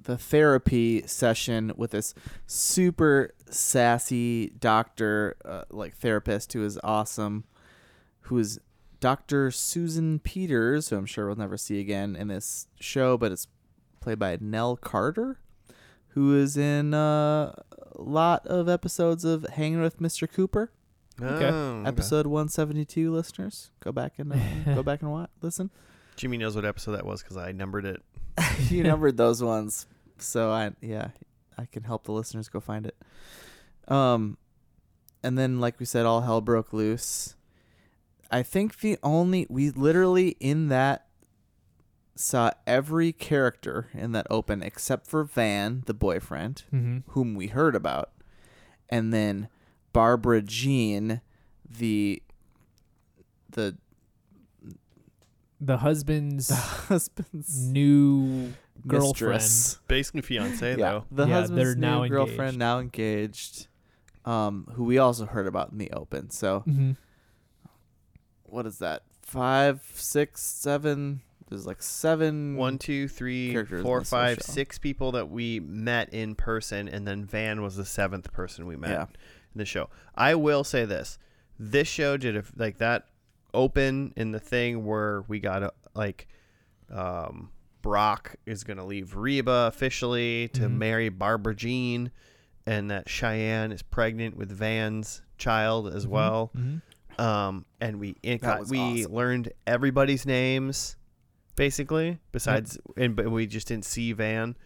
S3: the therapy session with this super sassy doctor, uh, like therapist, who is awesome, who is Doctor Susan Peters, who I'm sure we'll never see again in this show, but it's played by Nell Carter, who is in uh, a lot of episodes of Hanging with Mr. Cooper.
S2: Okay.
S1: Oh,
S3: episode 172 listeners go back and uh, go back and watch listen
S1: Jimmy knows what episode that was because I numbered it.
S3: you numbered those ones so i yeah i can help the listeners go find it um and then like we said all hell broke loose i think the only we literally in that saw every character in that open except for van the boyfriend
S2: Mm-hmm.
S3: whom we heard about, and then Barbara Jean, the the,
S2: The husband's
S3: the husband's
S2: new girlfriend.
S3: mistress.
S1: Basically, fiance
S3: yeah,
S1: though.
S3: the
S2: Yeah,
S3: husband's
S2: they're
S3: new
S2: now
S3: girlfriend
S2: engaged.
S3: now engaged, um, who we also heard about in the open. So
S2: Mhm.
S3: what is that? Five, six, seven. There's like seven.
S1: One, two, three,
S3: Hmm. Characters in
S1: four,
S3: this
S1: five,
S3: show.
S1: six people that we met in person, and then Van was the seventh person we met
S3: Yeah.
S1: in the show. I will say this: this show did a, like that open in the thing where we got a, like um, Brock is gonna leave Reba officially to
S3: Mm-hmm.
S2: Mhm.
S1: marry Barbara Jean, and that Cheyenne is pregnant with Van's child as
S3: Mm-hmm.
S2: Mhm.
S1: well.
S2: Mhm.
S1: Um, and we it
S3: That
S1: got,
S3: was
S1: we
S3: awesome.
S1: learned everybody's names, basically. Besides, and but we just didn't see Van.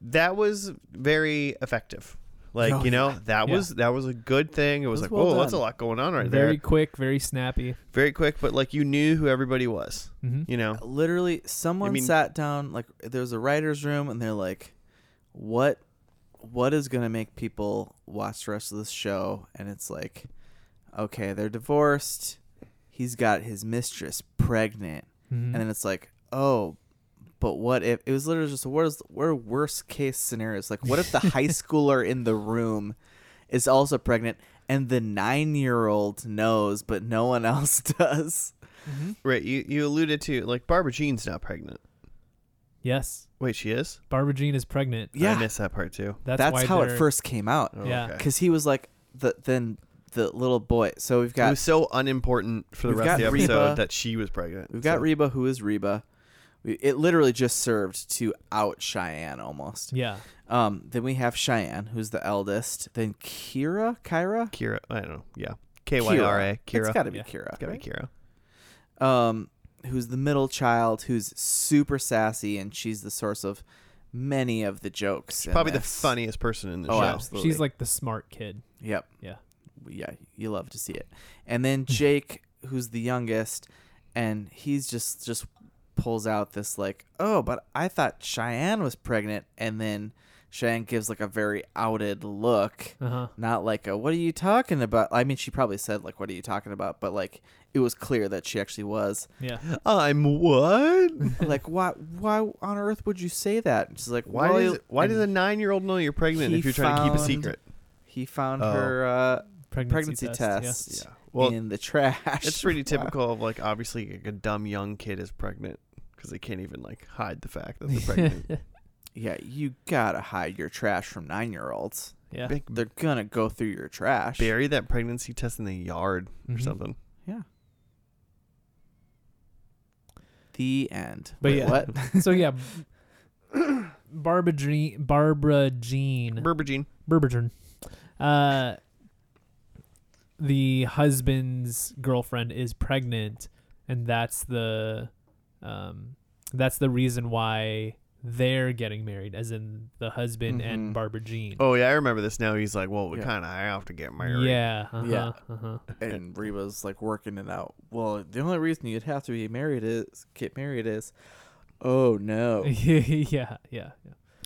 S1: That was very effective. Like
S3: Oh,
S1: you know,
S3: yeah.
S1: that
S2: Yeah.
S1: was that was a good thing. It was,
S3: was
S1: like,
S3: well
S1: whoa, that's a
S3: done.
S1: lot going on right
S2: very
S1: there.
S2: quick, very snappy.
S1: Very quick, but like you knew who everybody was.
S2: hmm
S1: You know,
S3: literally someone
S1: mean-
S3: sat down like there was a writer's room and they're like what what is going to make people watch the rest of this show and it's like okay they're divorced he's got his mistress pregnant
S1: Mm-hmm.
S2: Mhm.
S3: and then it's like oh but what if it was literally just what is what are worst case scenarios like what if the high schooler in the room is also pregnant and the nine year old knows but no one else does
S2: Mm-hmm.
S1: right? You you alluded to like Barbara Jean's not pregnant.
S2: yes,
S1: Wait, she is.
S2: Barbara Jean is pregnant.
S3: yeah
S1: I missed that part too.
S2: That's,
S3: that's,
S2: why
S3: how it
S2: they're-
S3: first came out
S1: Oh,
S2: Yeah.
S1: okay.
S3: because he was like the then the little boy. So we've
S1: It
S3: got
S1: was so unimportant for the
S3: We've
S1: rest of the
S3: got
S1: episode
S3: Reba.
S1: that she was pregnant.
S3: we've got
S1: so.
S3: Reba, who is Reba. We, it literally just served to out Cheyenne almost.
S2: Yeah,
S3: Um, then we have Cheyenne, who's the eldest. Then Kira, Kyra,
S1: Kira. I don't know. Yeah, K Y R A. Kira.
S3: It's got to be
S2: Yeah.
S3: Kira.
S1: It's gotta be Kira.
S3: um, who's the middle child, who's super sassy, and she's the source of many of the jokes. in
S1: Probably the
S3: this.
S1: funniest person in the
S3: Oh,
S1: show.
S3: absolutely.
S2: she's like the smart kid.
S3: Yep.
S2: Yeah.
S3: Yeah, you love to see it. And then Jake, who's the youngest, and he's just just pulls out this like, "Oh, but I thought Cheyenne was pregnant." And then Cheyenne gives like a very outed look,
S2: Uh huh.
S3: not like a "What are you talking about?" I mean, she probably said like, "What are you talking about?" but like it was clear that she actually was.
S2: Yeah.
S1: I'm what?
S3: like, "Why why on earth would you say that?" And she's like,
S1: Why
S3: well,
S1: does why
S3: and
S1: does a nine year old know you're pregnant
S3: he
S1: if you're trying to keep a
S3: found-
S1: secret?
S3: he found
S1: Oh.
S3: her uh,
S2: Pregnancy,
S3: pregnancy,
S2: test. yeah.
S3: test
S1: Well,
S3: in the trash.
S1: it's pretty
S3: Wow.
S1: typical of like obviously like, a dumb young kid is pregnant because they can't even like hide the fact that they're pregnant.
S3: Yeah, you gotta hide your trash from nine year olds.
S2: Yeah.
S1: Like,
S3: They're gonna go through your trash.
S1: bury that pregnancy test in the yard or
S3: Mm-hmm.
S2: Mhm.
S1: something.
S3: The end.
S2: But
S3: Wait,
S2: yeah.
S3: what?
S2: So yeah, Barbara Jean, Barbara Jean,
S1: Berber Jean.
S2: Barbara Jean, uh, the husband's girlfriend is pregnant, and that's the, um, that's the reason why they're getting married, as in the husband and
S3: Mhm.
S2: Barbara Jean.
S1: Oh yeah, I remember this now. He's like, well, we
S3: Yeah.
S1: kind of have to get married.
S2: Yeah. Uh-huh,
S3: Yeah.
S2: Uh-huh.
S3: and Reba's like working it out. Well, the only reason you'd have to be married is get married is, oh no.
S2: yeah. Yeah. Yeah.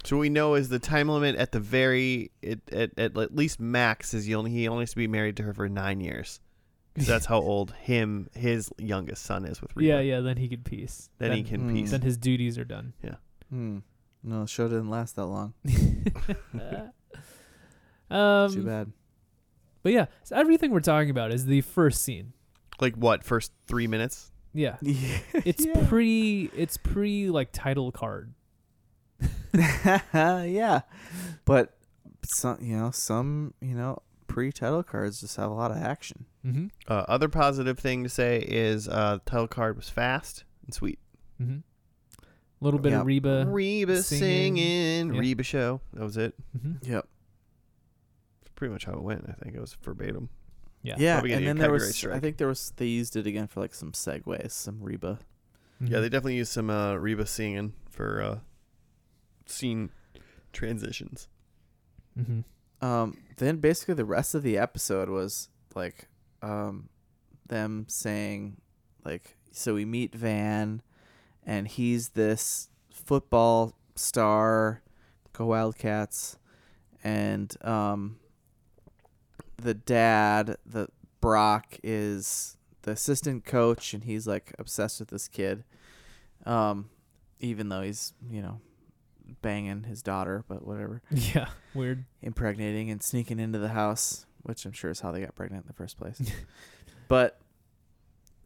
S1: So what we know is the time limit at the very at at, at, at least max is he only he only has to be married to her for nine years. 'Cause that's how old him his youngest son is with Reba.
S2: Yeah. Yeah. Then he could peace.
S1: Then, he can
S3: Hmm.
S1: peace.
S2: Then his duties are done.
S3: Hmm. No, the show didn't last that long.
S2: um,
S3: Too bad.
S2: But yeah, so everything we're talking about is the first scene.
S1: Like what? First three minutes.
S2: Yeah,
S3: Yeah.
S2: it's pretty. It's pretty like title card.
S3: yeah. But some, you know, some, you know, pre-title cards just have a lot of action.
S2: Mm-hmm.
S1: Uh, other positive thing to say is uh, the title card was fast and sweet.
S2: Mm-hmm. A little bit
S3: Yeah.
S2: of Reba.
S1: Reba
S2: singing.
S1: singing,
S2: Yeah.
S1: Reba show. That was it.
S2: hmm
S3: Yep.
S1: That's pretty much how it went. I think it was verbatim.
S2: Yeah.
S3: Yeah,
S1: Probably gonna
S3: and
S1: get
S3: then there
S1: copyright
S3: was. I
S1: strike.
S3: think there was. They used it again for like some segues, some Reba.
S2: Mm-hmm.
S1: Yeah, they definitely used some uh, Reba singing for uh, scene transitions.
S2: hmm
S3: Um, then basically the rest of the episode was like, um, them saying, like, so we meet Van, and he's this football star, go Wildcats, and um, the dad, the Brock is the assistant coach, and he's like obsessed with this kid, um, even though he's you know banging his daughter, but whatever
S2: Yeah. Weird.
S3: impregnating and sneaking into the house, which I'm sure is how they got pregnant in the first place. but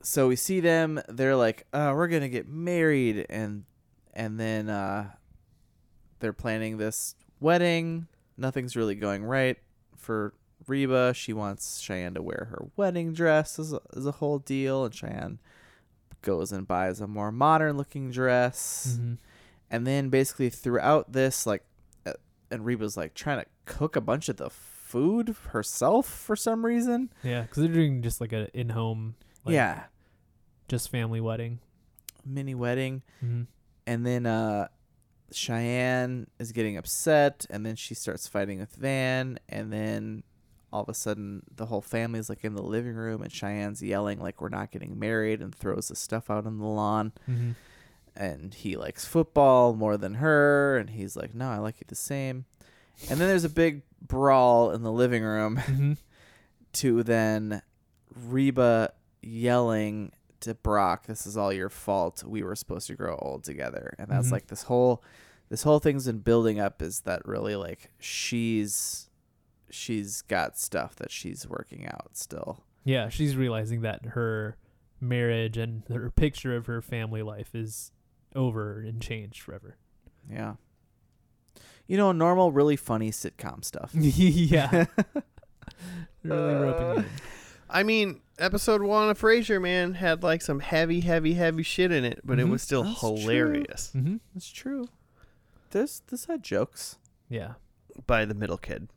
S3: so we see them, they're like, uh, we're gonna get married and and then uh they're planning this wedding. Nothing's really going right for Reba. She wants Cheyenne to wear her wedding dress as a, as a whole deal, and Cheyenne goes and buys a more modern looking dress
S2: hmm
S3: and then basically throughout this like uh, and reba's like trying to cook a bunch of the food herself for some reason
S2: Yeah, because they're doing just like a in-home, Like-
S3: yeah
S2: just family wedding.
S3: mini wedding
S2: hmm
S3: and then uh Cheyenne is getting upset, and then she starts fighting with Van, and then all of a sudden the whole family's like in the living room, and Cheyenne's yelling like we're not getting married, and throws the stuff out on the lawn,
S2: Mm-hmm.
S3: and he likes football more than her, and he's like no, I like you the same, and then there's a big brawl in the living room
S2: Mm-hmm.
S3: to then Reba yelling to Brock, "This is all your fault. We were supposed to grow old together." And that's
S2: Mhm.
S3: like this whole this whole thing's been building up is that really like she's she's got stuff that she's working out still.
S2: Yeah, she's realizing that her marriage and her picture of her family life is over and changed forever.
S3: Yeah. You know, normal really funny sitcom stuff.
S2: yeah. really roping you
S1: I mean, episode one of Frasier, man, had like some heavy, heavy, heavy shit in it, but
S2: Mhm.
S1: it was still
S3: That's true.
S1: hilarious
S2: in. Mm-hmm.
S3: That's true. There's this had jokes.
S2: Yeah.
S1: by the middle kid.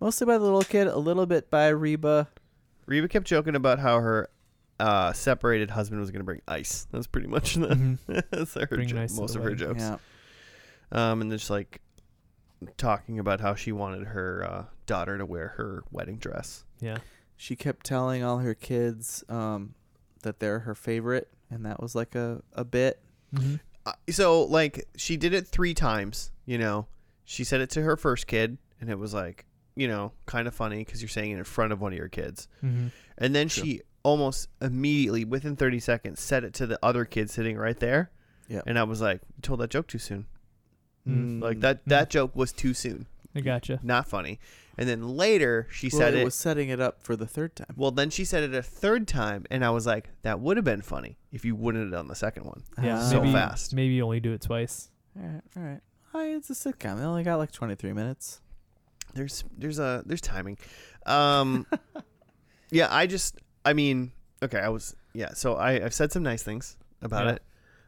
S3: Mostly by the little kid, a little bit by Reba.
S1: Reba kept joking about how her uh, separated husband was going to bring ice. That's pretty much the,
S2: Mhm.
S1: that's her
S2: Bring
S1: jo-
S2: ice to the
S1: most of her
S2: wedding.
S1: jokes.
S3: Yeah.
S1: Um, and just like talking about how she wanted her uh, daughter to wear her wedding dress.
S2: Yeah.
S3: she kept telling all her kids um, that they're her favorite, and that was like a, a bit.
S2: Mm-hmm.
S1: Uh, so like she did it three times. You know, she said it to her first kid, and it was like you know kind of funny because you're saying it in front of one of your kids.
S2: Mm-hmm.
S1: And then
S3: Sure.
S1: she almost immediately, within 30 seconds, said it to the other kid sitting right there.
S3: Yeah. Mm-hmm.
S1: And I was like, you told that joke too soon.
S2: Mm.
S1: Like that that joke was too soon.
S2: I gotcha.
S1: Not funny. And then later she
S3: Well,
S1: said
S3: it,
S1: it.
S3: was setting it up for the third time.
S1: well, then she said it a third time, and I was like, "That would have been funny if you wouldn't have done the second one."
S2: Yeah.
S1: So
S2: maybe,
S1: fast.
S2: Maybe you only do it twice.
S3: All right, all right. Hi, it's a sitcom. They only got like twenty three minutes.
S1: There's there's a there's timing. Um, yeah, I just I mean, okay, I was yeah. So I I've said some nice things about
S2: Yeah.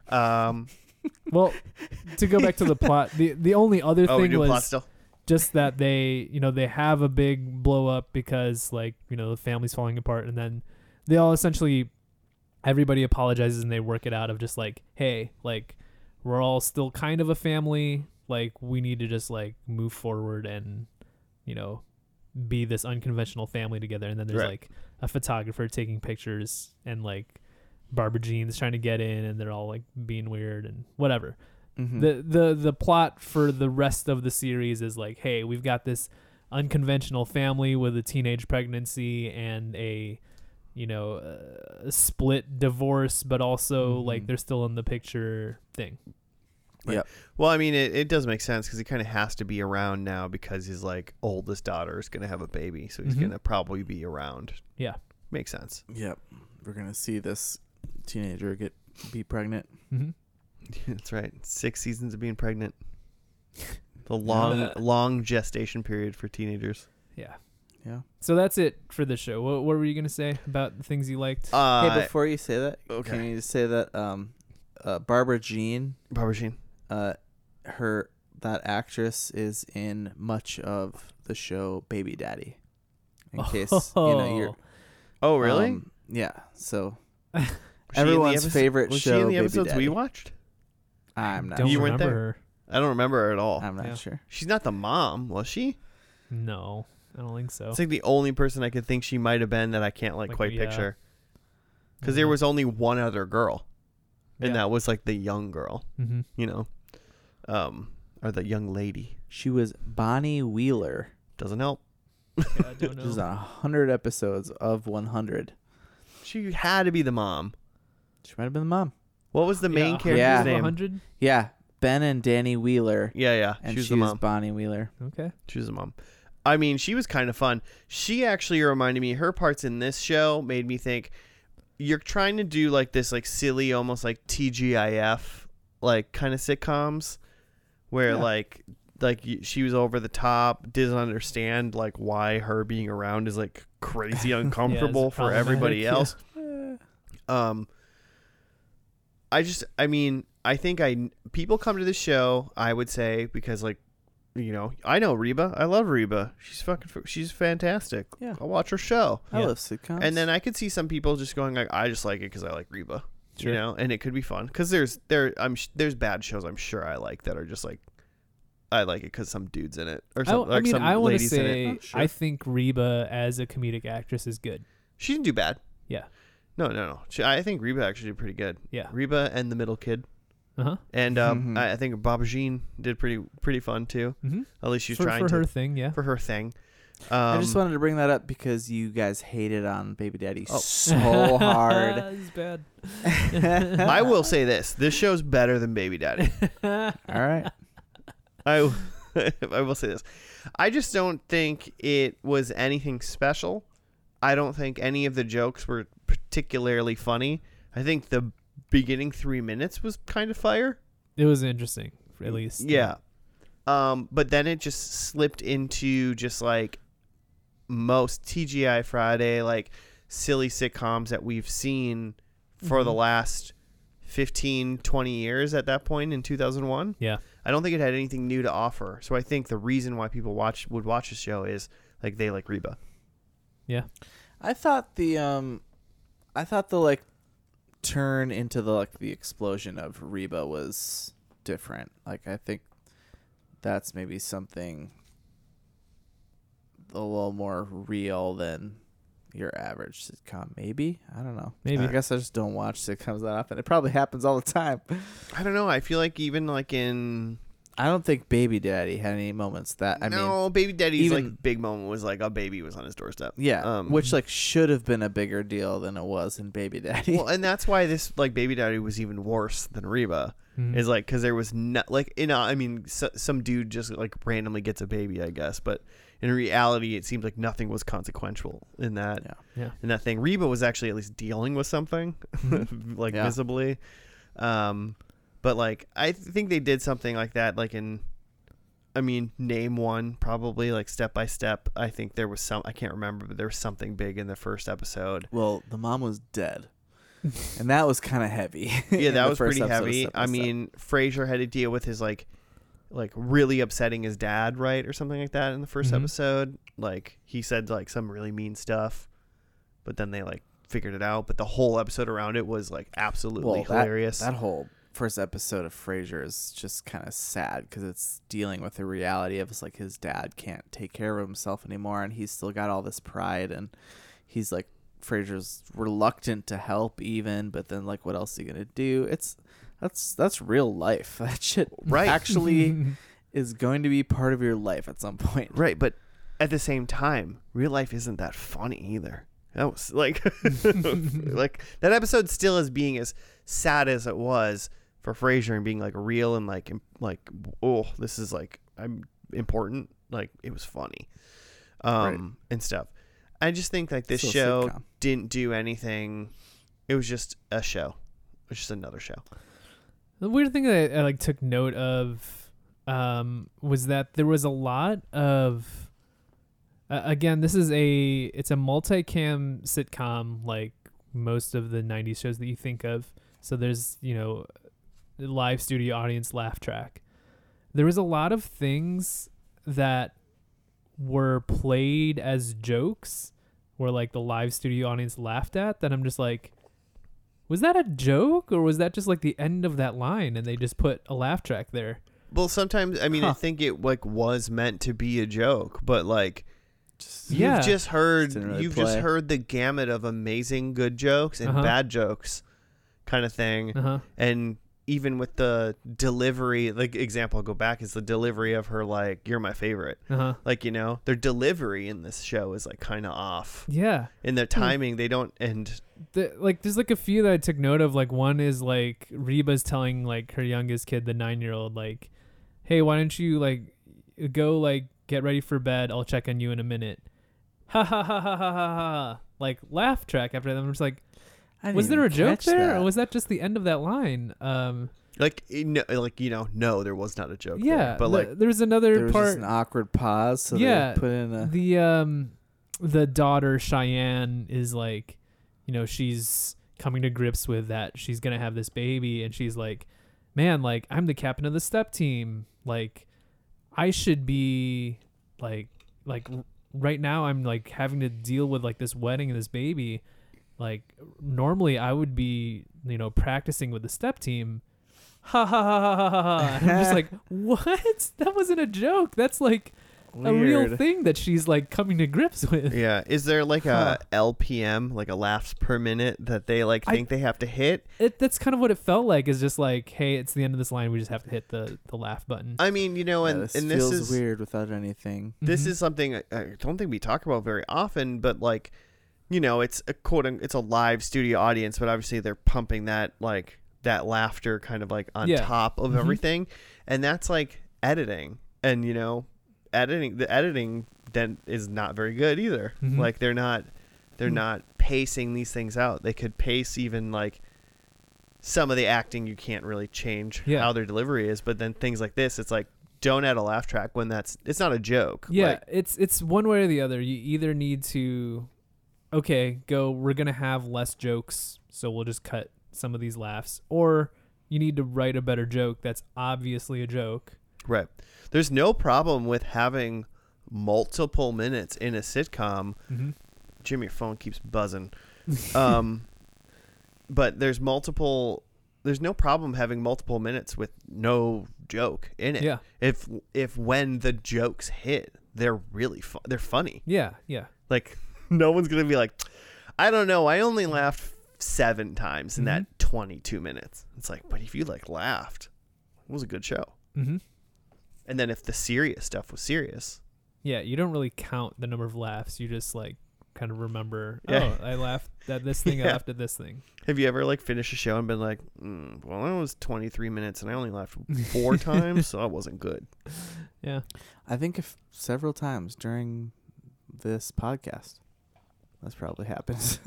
S1: it. Um,
S2: Well, to go back to the plot, the the only other
S1: oh, we
S2: thing
S1: do plot
S2: was
S1: still.
S2: just that they you know they have a big blow up because like you know the family's falling apart and then they all essentially everybody apologizes and they work it out of just like hey like we're all still kind of a family like we need to just like move forward and you know be this unconventional family together and then there's
S1: Right.
S2: like a photographer taking pictures and like Barbara Jean's trying to get in and they're all like being weird and whatever
S3: Mm-hmm.
S2: the the the plot for the rest of the series is like, hey, we've got this unconventional family with a teenage pregnancy and a you know uh, a split divorce, but also like
S3: Mhm.
S2: they're still in the picture thing.
S1: Well, I mean, it, it does make sense because he kind of has to be around now because his like oldest daughter is gonna have a baby, so he's
S3: Mm-hmm.
S2: Mhm.
S1: gonna probably be around.
S2: Yeah.
S1: makes sense.
S3: yep, we're gonna see this teenager get be pregnant.
S2: Mm-hmm.
S1: That's right. Six seasons of being pregnant. The long, long gestation period for teenagers.
S2: Yeah.
S3: Yeah.
S2: So that's it for the show. What, what were you gonna say about the things you liked?
S1: Uh,
S3: hey, before you say that,
S1: okay.
S3: can you just say that um, uh, Barbara Jean,
S1: Barbara Sheen.
S3: uh, her that actress is in much of the show Baby Daddy. In case you know you're
S1: Oh, really?
S3: Um, yeah. So
S1: Was she in the
S3: everyone's
S1: episode-
S3: favorite
S1: Was
S3: show.
S1: she in the
S3: Baby
S1: episodes
S3: Daddy.
S1: we watched?
S3: I'm not.
S2: don't
S1: You
S3: sure.
S1: weren't
S2: remember
S1: there?
S2: her.
S1: I don't remember her at all.
S3: I'm not
S2: Yeah.
S3: sure.
S1: She's not the mom, was she?
S2: No, I don't think
S3: Oh.
S2: so.
S1: It's like the only person I could think she might have been that I can't like,
S2: Like,
S1: quite
S2: yeah.
S1: picture. Because
S3: Mm-hmm.
S1: there was only one other girl, and
S2: Mm-hmm. Yeah.
S1: that was like the young girl.
S2: Mhm.
S1: you know, um, or the young lady
S3: She was Bonnie Wheeler.
S1: doesn't help.
S2: Yeah, I don't
S3: She was
S2: know.
S3: on hundred episodes of 100.
S1: She had to be the mom.
S3: She might have been the mom.
S1: What was the main
S2: yeah,
S1: character's name?
S2: 100?
S3: Yeah, Ben and Danny Wheeler,
S1: Yeah, yeah.
S3: and
S1: she was
S3: she
S1: the
S3: was
S1: mom.
S3: Bonnie Wheeler.
S2: Okay.
S1: She was the mom. I mean, she was kind of fun. She actually reminded me. Her parts in this show made me think. You're trying to do like this, like silly, almost like TGIF, like kind of sitcoms, where
S3: Yeah.
S1: like like y- she was over the top, didn't understand like why her being around is like crazy uncomfortable for everybody
S2: problematic, yeah.
S1: else.
S3: Uh,
S1: um i just i mean i think i people come to the show i would say because like you know i know reba i love reba she's fucking f- she's fantastic
S3: Yeah.
S1: i watch her show
S3: I
S2: Yeah.
S3: love sitcoms.
S1: and then i could see some people just going like i just like it because i like reba
S2: Sure.
S1: you know, and it could be fun because there's there I'm sh- there's bad shows I'm sure I like that are just like I like it because some dudes in it or
S2: I,
S1: some,
S2: I
S1: like
S2: mean,
S1: some
S2: I want to
S1: ladies in
S2: say
S1: it.
S2: I think Reba as a comedic actress is good.
S1: She didn't do bad.
S2: Yeah.
S1: No, no, no. She, I think Reba actually did pretty good.
S2: Yeah.
S1: Reba and the middle kid,
S2: Uh huh.
S1: and um,
S3: Mhm.
S1: I, I think Baba Jean did pretty pretty fun too.
S2: Mm-hmm.
S1: At least she's
S2: for,
S1: trying
S2: for
S1: to
S2: her thing. Yeah.
S1: for her thing. Um,
S3: I just wanted to bring that up because you guys hated on Baby Daddy
S1: Oh.
S3: so hard.
S2: it's bad.
S1: I will say this: this show's better than Baby Daddy.
S3: All right.
S1: I I will say this. I just don't think it was anything special. I don't think any of the jokes were particularly funny. I think the beginning 3 minutes was kind of fire.
S2: It was interesting, at least.
S1: Yeah. Um but then it just slipped into just like most TGI Friday like silly sitcoms that we've seen for the
S2: Mhm.
S1: last 15 20 years at that point in 2001.
S2: Yeah.
S1: I don't think it had anything new to offer. So I think the reason why people watch would watch the show is like they like Reba.
S3: I thought the um, I thought the like turn into the like the explosion of Reba was different. Like I think that's maybe something a little more real than your average sitcom. Maybe I don't know.
S2: Maybe.
S3: I guess I just don't watch sitcoms that often. It probably happens all the time.
S1: I don't know. I feel like even like in
S3: I don't think Baby Daddy had any moments that I mean.
S1: no baby daddy's
S3: even-
S1: like big moment was like a baby was on his doorstep.
S3: Yeah,
S1: Um,
S3: which like should have been a bigger deal than it was in Baby Daddy.
S1: well, and that's why this like baby daddy was even worse than Reba
S3: Mm-hmm.
S2: Mhm.
S1: is like because there was not like you know I mean so, some dude just like randomly gets a baby I guess, but in reality it seems like nothing was consequential in that
S3: Yeah.
S2: Yeah.
S1: in that thing. Reba was actually at least dealing with something
S2: Mm-hmm.
S1: like
S3: Mm-hmm. Yeah.
S1: visibly, um, but like I think they did something like that like in. I mean, name one probably like step by step. I think there was some I can't remember, but there was something big in the first episode.
S3: Well, the mom was dead, and that was kind of heavy.
S1: yeah,
S3: in
S1: that
S3: the
S1: was
S3: first
S1: pretty
S3: episode of
S1: heavy.
S3: Step by
S1: I
S3: Step.
S1: mean, Frasier had to deal with his like, like really upsetting his dad, right, or something like that in the 1st
S3: Mm-hmm.
S2: Mhm.
S1: episode. Like he said like some really mean stuff, but then they like figured it out. But the whole episode around it was like absolutely
S3: Well, that-
S1: hilarious.
S3: that whole first episode of Frasier is just kind of sad because it's dealing with the reality of it's like his dad can't take care of himself anymore, and he's still got all this pride, and he's like Frasier's reluctant to help even, but then like what else are you gonna do? It's that's that's real life. That shit
S1: Right.
S3: actually is going to be part of your life at some point.
S1: right, but at the same time, real life isn't that funny either. That was like, like that episode still is being as sad as it was for Frasier and being like real and like im- like oh this is like I'm important like it was funny, um and stuff. I just think like this
S3: Still a
S1: show
S3: sitcom.
S1: didn't do anything. It was just a show. It was just another show.
S2: The weird thing that I, I like took note of um, was that there was a lot of uh, again this is a it's a multicam sitcom like most of the 90s shows that you think of so there's you know live studio audience laugh track there was a lot of things that were played as jokes where like the live studio audience laughed at that i'm just like was that a joke or was that just like the end of that line and they just put a laugh track there?
S1: Well, sometimes I mean I
S3: Huh.
S1: think it like was meant to be a joke, but like
S3: Just-
S2: Yeah.
S1: You've just heard
S3: Didn't really
S1: you've just
S3: play.
S1: heard the gamut of amazing good jokes and
S2: Uh-huh.
S1: bad jokes kind of thing.
S2: Uh huh.
S1: And even with the delivery, like example I'll go back is the delivery of her like you're my favorite.
S2: Uh huh.
S1: Like, you know, their delivery in this show is like kind of off.
S2: Yeah.
S1: In their
S2: Hmm.
S1: timing, they don't and
S2: The, like there's like a few that I took note of. Like one is like Reba's telling like her youngest kid, the nine year old, like, "Hey, why don't you like go like get ready for bed? I'll check on you in a minute." Ha ha ha ha ha ha ha. Like laugh track after that. I'm just like,
S3: I didn't
S2: was there a
S3: even
S2: joke
S3: catch
S2: there,
S3: that.
S2: or was that just the end of that line? Um,
S1: like it- no, like you know, no, there was not a joke. there.
S2: yeah.
S1: but
S2: the-
S1: like
S2: there's another
S3: there was
S2: part.
S3: just an awkward pause. So
S2: Yeah,
S3: they put in a
S2: the um the daughter Cheyenne is like, you know, she's coming to grips with that she's gonna have this baby, and she's like, man, like I'm the captain of the step team, like I should be like like r- right now I'm like having to deal with like this wedding and this baby. Like normally I would be, you know, practicing with the step team. Ha ha ha ha ha ha. ha. And I'm just like, what? That wasn't a joke. That's like a real thing that she's like coming to grips with.
S1: Yeah. Is there like
S3: Huh.
S1: a LPM, like a laughs per minute that they like
S2: I-
S1: think they have to hit?
S2: It, that's kind of what it felt like. Is just like, hey, it's the end of this line. We just have to hit the the laugh button.
S1: I mean, you know, Oh,
S3: Yeah,
S1: and
S3: this
S1: and
S3: feels
S1: this is
S3: weird without anything.
S1: this
S2: Mhm.
S1: is something I, I don't think we talk about very often, but like, you know, it's a quote un- it's a live studio audience, but obviously they're pumping that like that laughter kind of like on
S2: Yeah.
S1: top of
S2: Mhm.
S1: everything, and that's like editing, and you know, editing the editing then is not very good either.
S2: Mhm.
S1: Like they're not they're
S2: Hmm.
S1: not pacing these things out. They could pace even like some of the acting you can't really change
S2: Yeah.
S1: how their delivery is, but then things like this, it's like don't add a laugh track when that's it's not a joke.
S2: Yeah,
S1: Like,
S2: it's it's one way or the other. You either need to okay, go we're going to have less jokes, so we'll just cut some of these laughs or you need to write a better joke that's obviously a joke.
S1: Right. There's no problem with having multiple minutes in a sitcom.
S2: Mhm.
S1: Jimmy, your phone keeps buzzing. Um, but there's multiple. There's no problem having multiple minutes with no joke in it.
S2: Yeah.
S1: If if when the jokes hit, they're really fu- they're funny.
S2: Yeah, yeah.
S1: Like no one's gonna be like, I don't know. I only laughed seven times in that 22 minutes. It's like, but if you like laughed, it was a good show.
S2: Mhm.
S1: And then if the serious stuff was serious,
S2: Yeah, you don't really count the number of laughs. You just like kind of remember,
S1: Yeah.
S2: oh, I laughed at this thing, I
S1: Yeah.
S2: laughed at this thing.
S1: have you ever like finished a show and been like, mm, well, that was 23 minutes and I only laughed four times, so that wasn't good.
S2: Yeah.
S3: I think if several times during this podcast, that's probably happens.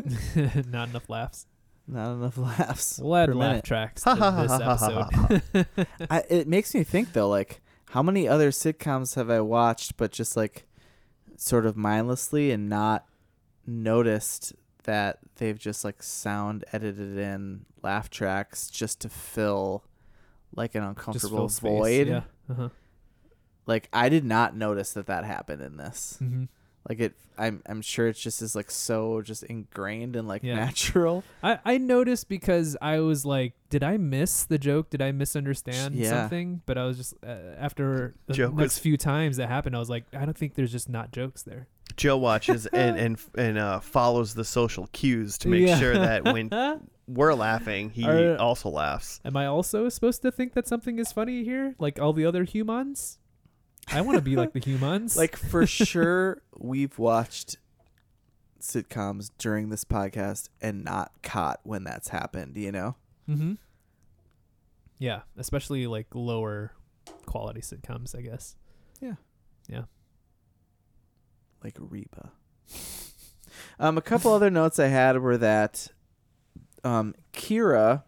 S2: Not enough laughs.
S3: Not enough laughs.
S2: We'll add
S3: per
S2: laugh
S3: minute.
S2: tracks to this episode.
S3: I, it makes me think though, like how many other sitcoms have I watched, but just like sort of mindlessly and not noticed that they've just like sound edited in laugh tracks just to fill like an
S2: Just
S3: uncomfortable
S2: fill space.
S3: void.
S2: Yeah. Uh-huh.
S3: Like I did not notice that that happened in this.
S1: Mm-hmm.
S2: Mhm.
S3: Like it, I'm I'm sure it just is like so just ingrained and like
S2: Yeah.
S3: natural.
S2: I, I noticed because I was like, did I miss the joke? Did I misunderstand
S3: Yeah.
S2: something? But I was just uh, after the
S1: Joke
S2: next
S1: was-
S2: few times that happened, I was like, I don't think there's just not jokes there.
S1: Joe watches and and and uh, follows the social cues to make
S2: Yeah.
S1: sure that when we're laughing, he
S2: Are-
S1: also laughs.
S2: Am I also supposed to think that something is funny here, like all the other humans? I want to be like the humans.
S3: Like for sure, we've watched sitcoms during this podcast and not caught when that's happened. You know,
S2: mm-hmm. yeah, especially like lower quality sitcoms, I guess.
S3: like Reba. Um, a couple other notes I had were that um, Kira,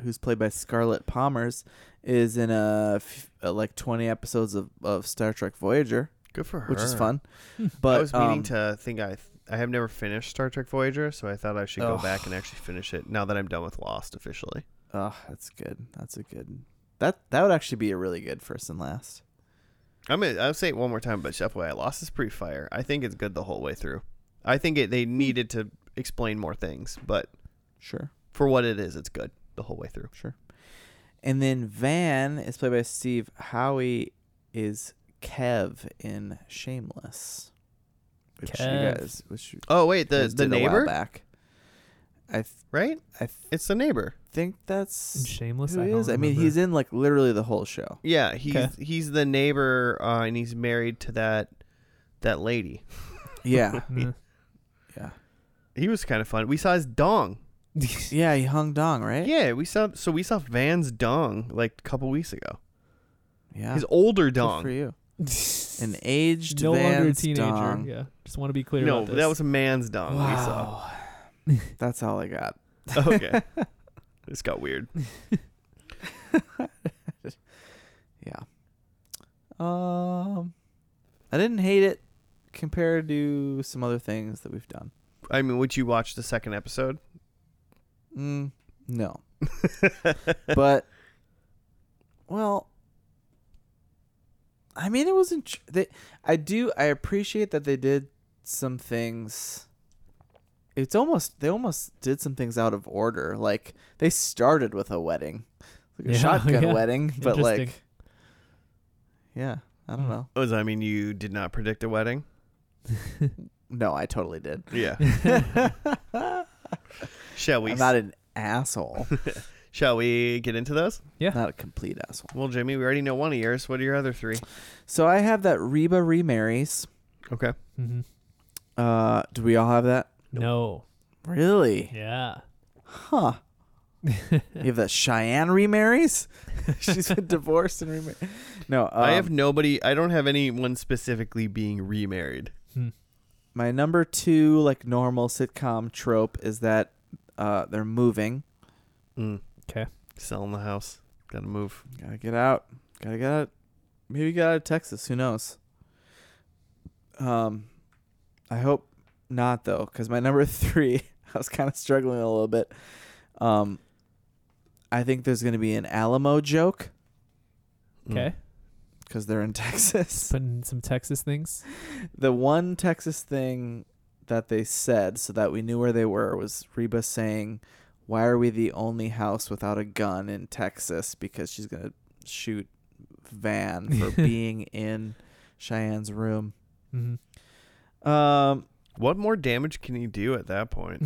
S3: who's played by Scarlett Palmer's, is in a, f- uh like twenty episodes of, of Star Trek Voyager,
S1: Good for her.
S3: which is fun.
S2: Hmm.
S3: But
S1: I was meaning
S3: um,
S1: to think I I have never finished Star Trek Voyager, so I thought I should go
S3: Ugh.
S1: back and actually finish it now that I'm done with Lost officially.
S3: Oh, that's good. That's a good. That that would actually be a really good first and last.
S1: I'm gonna I'll say it one more time, but Chef Way I Lost is pretty fire. I think it's good the whole way through. I think it
S3: Hmm.
S1: they needed to explain more things, but
S3: Sure,
S1: for what it is, it's good the whole way through.
S3: sure. And then Van is played by Steve Howie is Kev in Shameless. Which
S2: Kev.
S3: you guys which you
S1: Oh wait,
S3: guys
S1: the
S3: did
S1: the
S3: a while
S1: neighbor,
S3: back. I th-
S1: right?
S3: I th-
S1: It's the neighbor.
S3: think
S2: And
S3: that's
S2: shameless.
S3: who
S2: I
S3: he
S2: don't
S3: is. I mean,
S2: remember.
S3: he's in like literally the whole show.
S1: Yeah, he's he's the neighbor, uh, and he's married to that that lady.
S3: Yeah,
S2: Nah.
S3: yeah,
S1: He was kind of fun. We saw his dong.
S3: yeah. He hung dong, right?
S1: Yeah, we saw so we saw Van's dong like a couple weeks ago.
S3: yeah.
S1: His older
S3: Good
S1: dong.
S3: for you. An aged
S2: no longer a
S3: Van's
S2: teenager.
S3: dong.
S2: Yeah, just want to be clear.
S1: No,
S2: about this.
S1: that was a man's dong
S3: Wow. That's all I got.
S1: we saw. Okay. this got weird.
S3: Yeah. Um, I didn't hate it compared to some other things that we've done.
S1: I mean, would you watch the second episode?
S3: Mm, no, but well, I mean, it wasn't. Tr- they, I do. I appreciate that they did some things it's almost they almost did some things out of order. Like they started with a wedding, like a
S2: Yeah,
S3: shotgun
S2: yeah.
S3: wedding, but
S2: Interesting.
S3: like, yeah, I don't
S2: Hmm.
S3: know.
S1: Oh, does that mean you did not predict a wedding?
S3: No, I totally did.
S1: Yeah. Shall we?
S3: I'm not an asshole.
S1: shall we get into those?
S3: not a complete asshole.
S1: Well, Jimmy, we already know one of yours. What are your other three?
S3: So I have that Reba remarries.
S1: Okay.
S2: hmm
S3: Uh, do we all have that?
S2: No.
S3: Really?
S2: Yeah.
S3: Huh. you have that Cheyenne remarries. She's been divorced and remarried. No, um,
S1: I have nobody. I don't have anyone specifically being remarried.
S3: my number two like normal sitcom trope is that uh, they're moving.
S1: Mm.
S2: 'Kay.
S1: Selling the house. Gotta move.
S3: Gotta get out. Gotta get out. Maybe get out of Texas. Who knows? Um, I hope not though, because my number three, I was kind of struggling a little bit. Um, I think there's gonna be an Alamo joke Hmm.
S1: Mm.
S2: Okay.
S3: because they're in Texas.
S2: Putting some Texas things.
S3: The one Texas thing that they said so that we knew where they were was Reba saying, "Why are we the only house without a gun in Texas?" Because she's gonna shoot Van for being in Cheyenne's room.
S2: hmm
S3: Um,
S1: What more damage can you do at that point?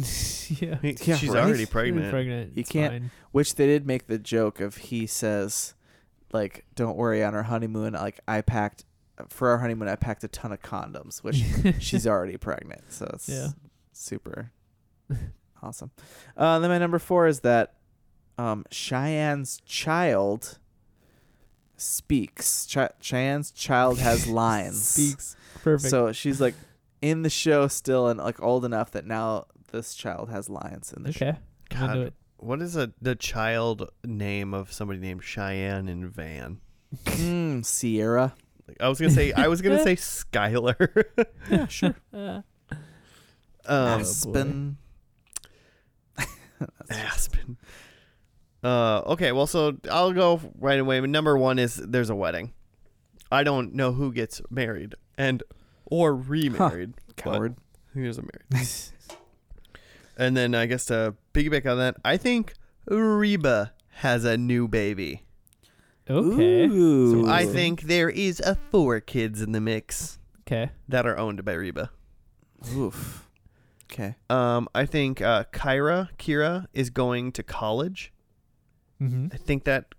S2: yeah.
S3: Yeah,
S1: She's
S3: right?
S1: already pregnant.
S2: Pregnant.
S3: You
S2: it's
S3: can't-
S2: fine.
S3: which they did make the joke of he says, "Like, don't worry on our honeymoon. Like, I packed for our honeymoon. I packed a ton of condoms." Which she's already pregnant, so it's
S2: Yeah.
S3: super awesome. Uh, then my number four is that um, Cheyenne's child speaks. Chi- Cheyenne's child has lines.
S2: Speaks. Perfect.
S3: So she's like in the show still and like old enough that now this child has lines in the show.
S2: okay. I'm into
S1: God,
S2: it.
S1: what is a, the child name of somebody named Cheyenne and Van?
S3: Mm, Sierra.
S1: Like, I was gonna say I was gonna say Skylar.
S3: Yeah, sure.
S2: Uh, Oh,
S1: um,
S3: Aspen.
S1: Aspen. Uh, okay, well, so I'll go right away. Number one is there's a wedding. I don't know who gets married and or remarried. but
S3: Coward.
S1: Who is married? and then I guess to piggyback on that, I think Reba has a new baby.
S2: okay.
S3: Ooh.
S1: So I think there is a four kids in the mix
S2: Okay.
S1: that are owned by Reba.
S3: Oof. Okay.
S1: Um, I think uh, Kyra Kira is going to college.
S2: Mm-hmm.
S1: I think that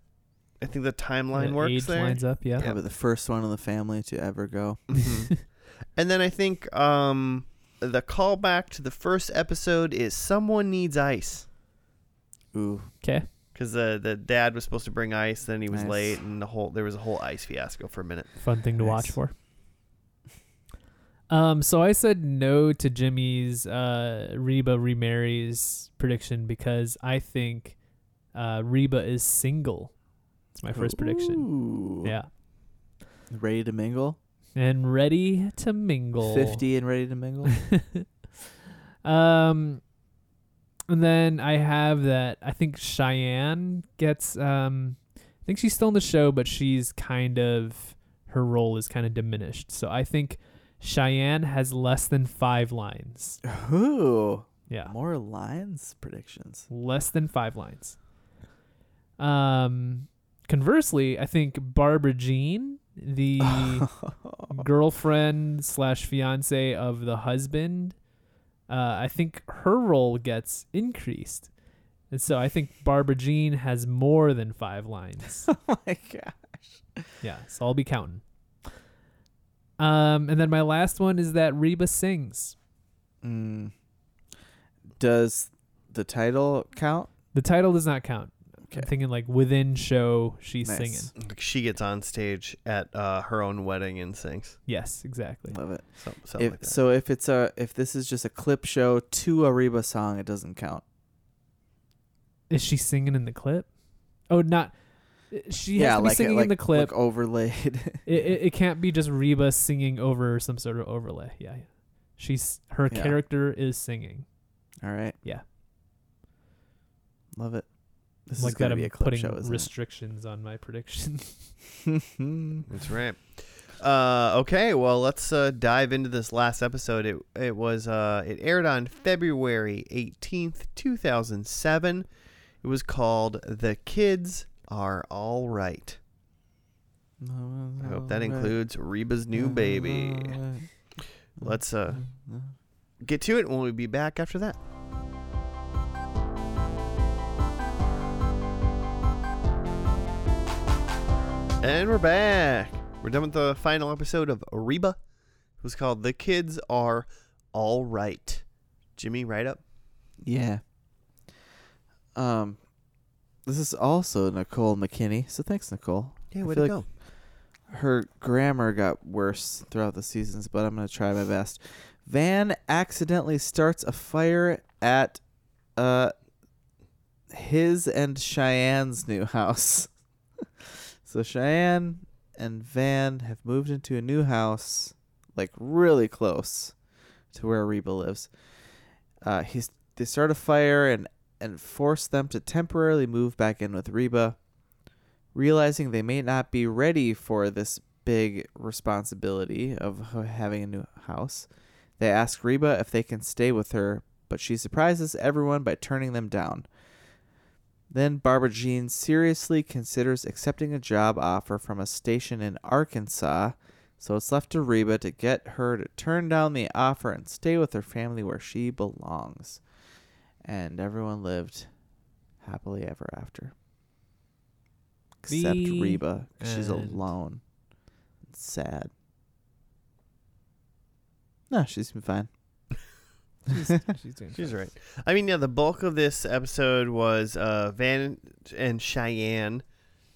S1: I think the timeline works
S2: age
S1: there.
S2: lines up. Yeah.
S3: Yeah, but the first one in the family to ever go.
S1: Mhm. and then I think um, the callback to the first episode is someone needs ice
S3: Ooh.
S2: Okay.
S1: because the the dad was supposed to bring ice, then he was
S3: Nice.
S1: late, and the whole there was a whole ice fiasco for a minute.
S2: Fun thing to watch
S3: Nice.
S2: for. Um, so I said no to Jimmy's uh, Reba remarries prediction because I think uh, Reba is single. It's my first prediction.
S3: Ooh.
S2: Yeah.
S3: Ready to mingle?
S2: And ready to mingle.
S3: 50 and ready to mingle?
S2: um, and then I have that. I think Cheyenne gets. Um, I think she's still in the show, but she's kind of her role is kind of diminished. So I think Cheyenne has less than five lines.
S3: Ooh.
S2: Yeah,
S3: More lines predictions.
S2: less than five lines. Um, conversely, I think Barbara Jean, the Oh girlfriend slash fiance of the husband, uh, I think her role gets increased. And so I think Barbara Jean has more than five lines.
S3: oh my god.
S2: yeah, so I'll be counting. Um, and then my last one is that Reba sings.
S3: Mm. Does the title count?
S2: The title does not count.
S3: Okay.
S2: I'm thinking like within show she's
S3: Nice.
S2: singing.
S1: Like, She gets on stage at uh, her own wedding and sings.
S2: Yes, exactly.
S3: Love it.
S1: So, something
S3: If,
S1: like that.
S3: so if it's a if this is just a clip show to a Reba song, it doesn't count.
S2: Is she singing in the clip? Oh, not. She has
S3: yeah,
S2: to be
S3: like it-
S2: singing
S3: like,
S2: in the clip.
S3: like overlaid.
S2: It, it, it can't be just Reba singing over some sort of overlay. Yeah, yeah. she's her
S3: Yeah.
S2: character is singing.
S3: All right.
S2: Yeah.
S3: Love it. This
S2: like
S3: is gonna
S2: that, I'm
S3: be a clip
S2: putting
S3: show, isn't
S2: restrictions on my prediction.
S3: it?
S1: That's right. Uh, okay, well, let's uh, dive into this last episode. It it was uh, it aired on February eighteenth, two thousand seven. It was called "The Kids Are All Right." I hope that includes Reba's
S3: Uh-huh.
S1: new baby. Let's uh, get to it when we be back after that. And we're back. We're done with the final episode of Reba. It was called The Kids Are All Right. Jimmy, right up.
S3: Yeah. Um, this is also Nicole McKinney. So thanks, Nicole.
S1: Yeah,
S3: I
S1: way to
S3: feel like
S1: go.
S3: Her grammar got worse throughout the seasons, but I'm gonna try my best. Van accidentally starts a fire at uh his and Cheyenne's new house. so Cheyenne and Van have moved into a new house, like really close to where Reba lives. Uh, he's they start a fire and and force them to temporarily move back in with Reba realizing they may not be ready for this big responsibility of h- having a new house. They ask Reba if they can stay with her, but she surprises everyone by turning them down. Then Barbara Jean seriously considers accepting a job offer from a station in Arkansas, so it's left to Reba to get her to turn down the offer and stay with her family where she belongs. And everyone lived happily ever after. Except
S2: The
S3: Reba. 'cause She's
S2: end.
S3: alone. It's sad. No, she's been fine.
S2: She's doing
S1: She's right. I mean, yeah, the bulk of this episode was uh, Van and Cheyenne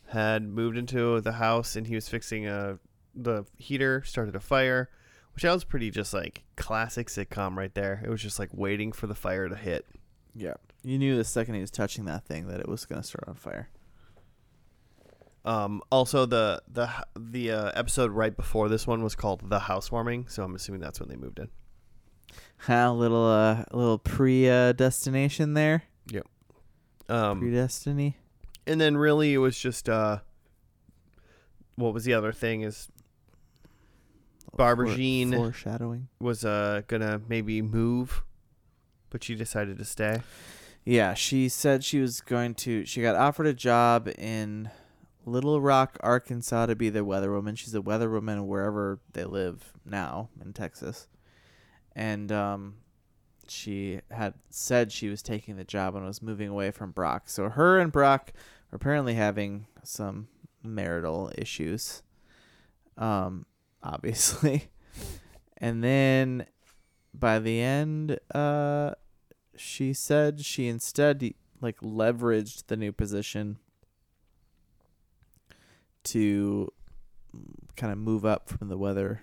S1: had moved into the house and he was fixing a, the heater, started a fire, which that was pretty just like classic sitcom right there. It was just like waiting for the fire to hit.
S3: Yeah. You knew the second he was touching that thing that it was going to start on fire.
S1: Um, also, the the h- the uh, episode right before this one was called "The Housewarming," so I'm assuming that's when they moved in.
S3: Huh, little uh, little pre uh, destination there.
S1: Um,
S3: Predestiny.
S1: and then really, it was just uh, what was the other thing is Barbara Jean.
S3: Foreshadowing.
S1: was uh gonna maybe move, but she decided to stay.
S3: Yeah, she said she was going to. She got offered a job in Little Rock, Arkansas, to be the weather woman. She's a weather woman wherever they live now in Texas, and um, she had said she was taking the job and was moving away from Brock. So her and Brock are apparently having some marital issues, um, obviously, and then by the end, uh she said she instead like leveraged the new position to kind of move up from the weather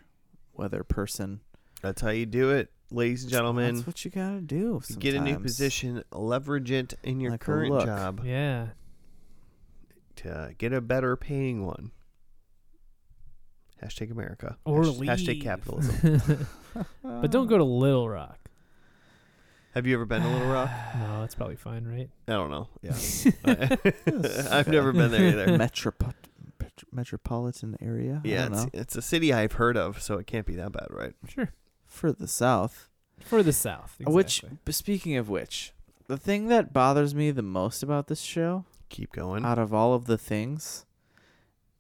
S3: weather person.
S1: That's how you do it, ladies and gentlemen.
S3: That's what you gotta do.
S1: You get a new
S3: sometimes.
S1: position, leverage it in your
S3: Like a
S1: current
S3: look.
S1: job
S2: Yeah.
S1: to get a better paying one. Hashtag America.
S2: Or
S1: Hash-
S2: leave.
S1: hashtag capitalism.
S3: Uh,
S2: but don't go to Little Rock.
S1: Have you ever been to Little Rock?
S2: No, that's probably fine, right?
S1: I don't know. Yeah, I've never been there either.
S3: Metropo- pet- metropolitan area. I
S1: Yeah,
S3: don't
S1: it's,
S3: know.
S1: it's a city I've heard of, so it can't be that bad, right?
S2: Sure.
S3: for the south.
S2: For the South. Exactly.
S3: Which, b- speaking of which, the thing that bothers me the most about this show
S1: Keep going.
S3: out of all of the things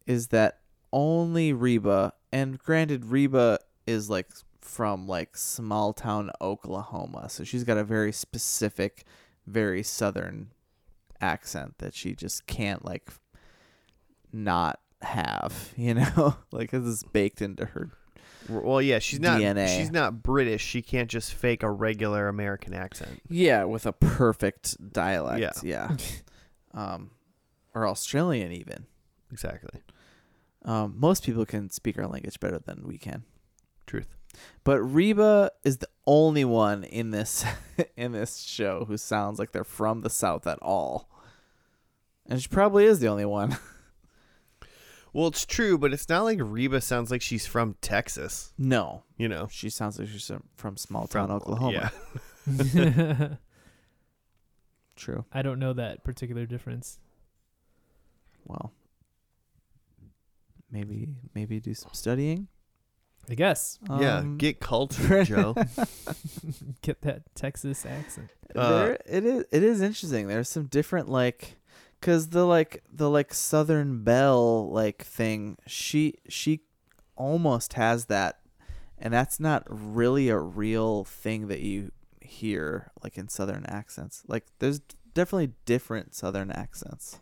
S3: is that only Reba and granted Reba is like from like small town Oklahoma so she's got a very specific very southern accent that she just can't like not have you know like this is baked into her
S1: R- well, yeah, she's not.
S3: DNA.
S1: She's not British. She can't just fake a regular American accent.
S3: yeah with a perfect dialect yeah, um or Australian even
S1: Exactly.
S3: um most people can speak our language better than we can
S1: Truth.
S3: But Reba is the only one in this in this show who sounds like they're from the South at all. And she probably is the only one.
S1: Well, it's true, but it's not like Reba sounds like she's from Texas,
S3: no,
S1: you know.
S3: she sounds like she's from small town
S1: From
S3: Oklahoma.
S1: Yeah.
S3: True.
S2: I don't know that particular difference.
S3: Well, maybe maybe do some studying.
S2: I guess.
S1: yeah,
S3: Um,
S1: get culture, Joe.
S2: Get that Texas accent.
S1: Uh,
S3: there it is it is interesting there's some different like because the like the like southern belle like thing she she almost has that and that's not really a real thing that you hear like in southern accents like there's definitely different southern accents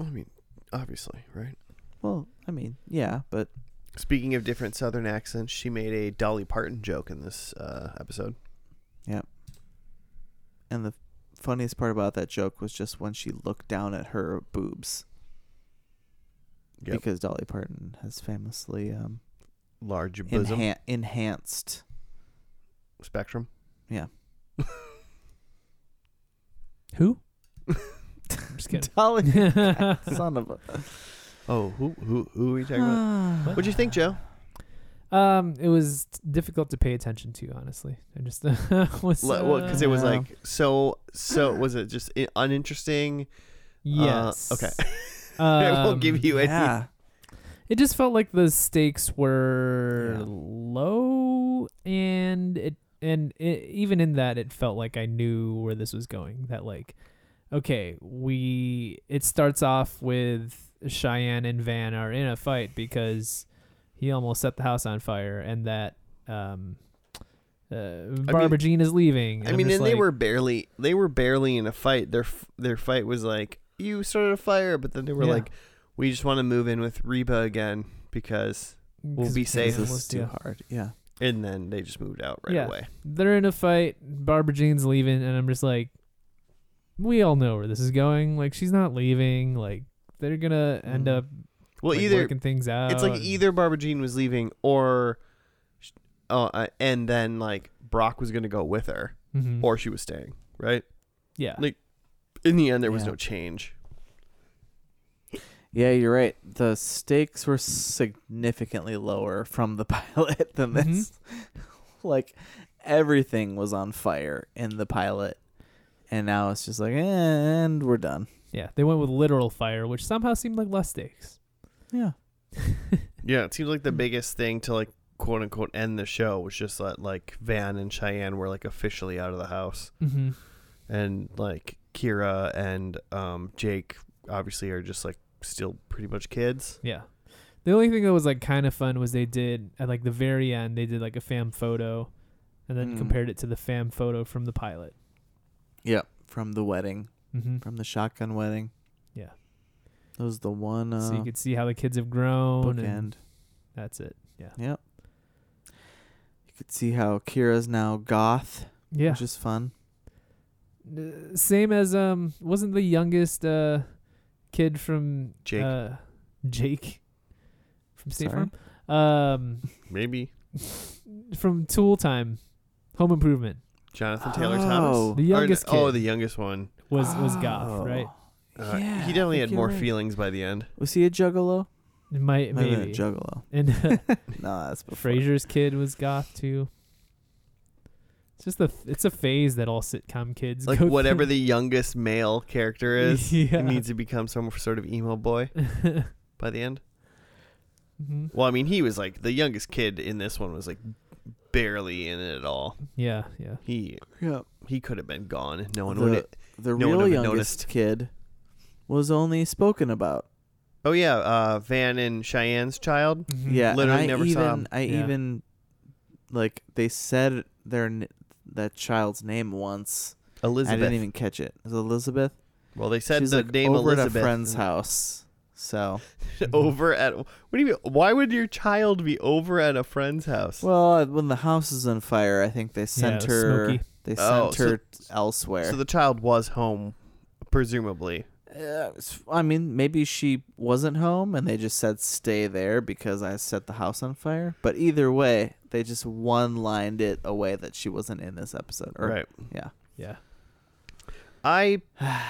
S1: I mean, obviously, right?
S3: well i mean yeah but
S1: Speaking of different Southern accents, she made a Dolly Parton joke in this uh, episode.
S3: and the funniest part about that joke was just when she looked down at her boobs
S1: Yep.
S3: because dolly parton has famously um
S1: Large bosom
S3: enhan- enhanced
S1: spectrum.
S2: Who? I'm just kidding.
S3: Dolly, son of a.
S1: Oh, who who who are you talking
S3: Uh,
S1: about? What'd you think, Joe?
S2: Um, it was difficult to pay attention to, honestly. I just was
S1: Because it was
S3: Uh,
S1: like so so. Was it just i- uninteresting?
S2: yes.
S1: okay.
S2: I
S1: I won't give you any.
S3: Um, yeah,
S2: It just felt like the stakes were
S3: Yeah.
S2: low, and it and it, even in that, it felt like I knew where this was going. That like, okay, we it starts off with Cheyenne and Van are in a fight because he almost set the house on fire, and that um, uh, Barbara Jean is leaving.
S1: I
S2: I'm
S1: mean,
S2: just
S1: and they
S2: like,
S1: were barely they were barely in a fight. Their f- their fight was like you started a fire, but then they were
S2: Yeah.
S1: like, we just want to move in with Reba again because, we'll
S2: 'cause
S1: be
S2: we
S1: safe.
S3: this is
S2: almost-
S3: too
S2: yeah.
S3: hard. Yeah,
S1: and then they just moved out right
S2: Yeah.
S1: away.
S2: they're in a fight. Barbara Jean's leaving, and I'm just like, we all know where this is going. Like, she's not leaving. Like, they're gonna end
S3: Mhm.
S2: up
S1: Well,
S2: like,
S1: either
S2: working things out.
S1: it's like
S2: and-
S1: either Barbara Jean was leaving or, sh- oh, uh, and then like Brock was gonna go with her
S2: Mhm.
S1: or she was staying. Right
S2: yeah,
S1: like- in the end, there was
S3: Yeah.
S1: no change.
S3: yeah, you're right. The stakes were significantly lower from the pilot than
S2: Mhm.
S3: this. like everything was on fire in the pilot, and now it's just like, and we're done.
S2: yeah. They went with literal fire, which somehow seemed like less stakes.
S3: Yeah,
S1: Yeah, it seems like
S2: Mm.
S1: the biggest thing to like quote unquote end the show was just that like Van and Cheyenne were like officially out of the house.
S2: Mm-hmm.
S1: and like Kira and um, Jake obviously are just like still pretty much kids.
S2: Yeah. The only thing that was like kind of fun was they did at like the very end they did like a fam photo, and then
S3: Mm.
S2: compared it to the fam photo from the pilot.
S3: yeah. From the wedding,
S2: Mm-hmm.
S3: from the shotgun wedding.
S2: Yeah.
S3: that was the one. Uh,
S2: so you could see how the kids have grown, and
S3: bookend.
S2: that's it. Yeah,
S3: You could see how Kira's now goth,
S2: yeah.
S3: which is fun.
S2: Uh, same as um wasn't the youngest uh kid from
S1: Jake.
S2: uh, Jake from State
S3: Sorry?
S2: Farm um
S1: Maybe
S2: from Tool Time Home Improvement
S1: Jonathan Taylor
S3: Oh.
S1: Thomas,
S2: The
S1: Or
S2: youngest
S1: no- Oh,
S2: kid.
S1: the youngest one.
S2: was was goth right
S1: Uh,
S3: Yeah,
S1: he
S3: I
S1: definitely had
S3: think
S1: more
S3: you're right.
S1: feelings by the end.
S3: Was he a juggalo?
S2: It might
S3: Might have been
S2: maybe
S3: a juggalo.
S2: and uh,
S3: No, that's before.
S2: Frasier's kid was goth too. It's just a it's a phase that all sitcom kids
S1: Like
S2: go
S1: whatever
S2: through.
S1: the youngest male character is,
S2: yeah. Mm-hmm.
S1: he needs to become some sort of emo boy by the end.
S2: Mhm.
S1: Well, I mean, he was like the youngest kid in this one was like barely in it at all.
S2: yeah yeah
S1: He
S3: Yeah.
S1: he could have been gone. No one
S3: The-
S1: would.
S3: The
S1: No one
S3: real
S1: ever
S3: youngest
S1: noticed.
S3: kid was only spoken about.
S1: Oh yeah, uh, Van and Cheyenne's child.
S2: Mhm.
S3: Yeah.
S1: Mm-hmm.
S3: and
S1: Literally
S3: I
S1: never
S3: even,
S1: saw him.
S3: I
S2: Yeah.
S3: even like they said their n- that child's name once.
S1: Elizabeth.
S3: I didn't even catch it. It was Elizabeth.
S1: well, they said
S3: She's
S1: the
S3: like
S1: name
S3: over
S1: Elizabeth. Mm.
S3: at a friend's house. So
S1: over at what do you mean, why would your child be over at a friend's house
S3: well, when the house is on fire, I think they
S2: yeah, it
S3: sent
S2: was
S3: her.
S2: Smokey.
S3: They sent
S1: Oh, so-
S3: her elsewhere.
S1: so the child was home presumably
S3: Uh, s- I mean, maybe she wasn't home and they just said stay there because I set the house on fire. But either way, they just one lined it away that she wasn't in this episode. Or,
S1: right
S3: Yeah.
S2: yeah
S1: i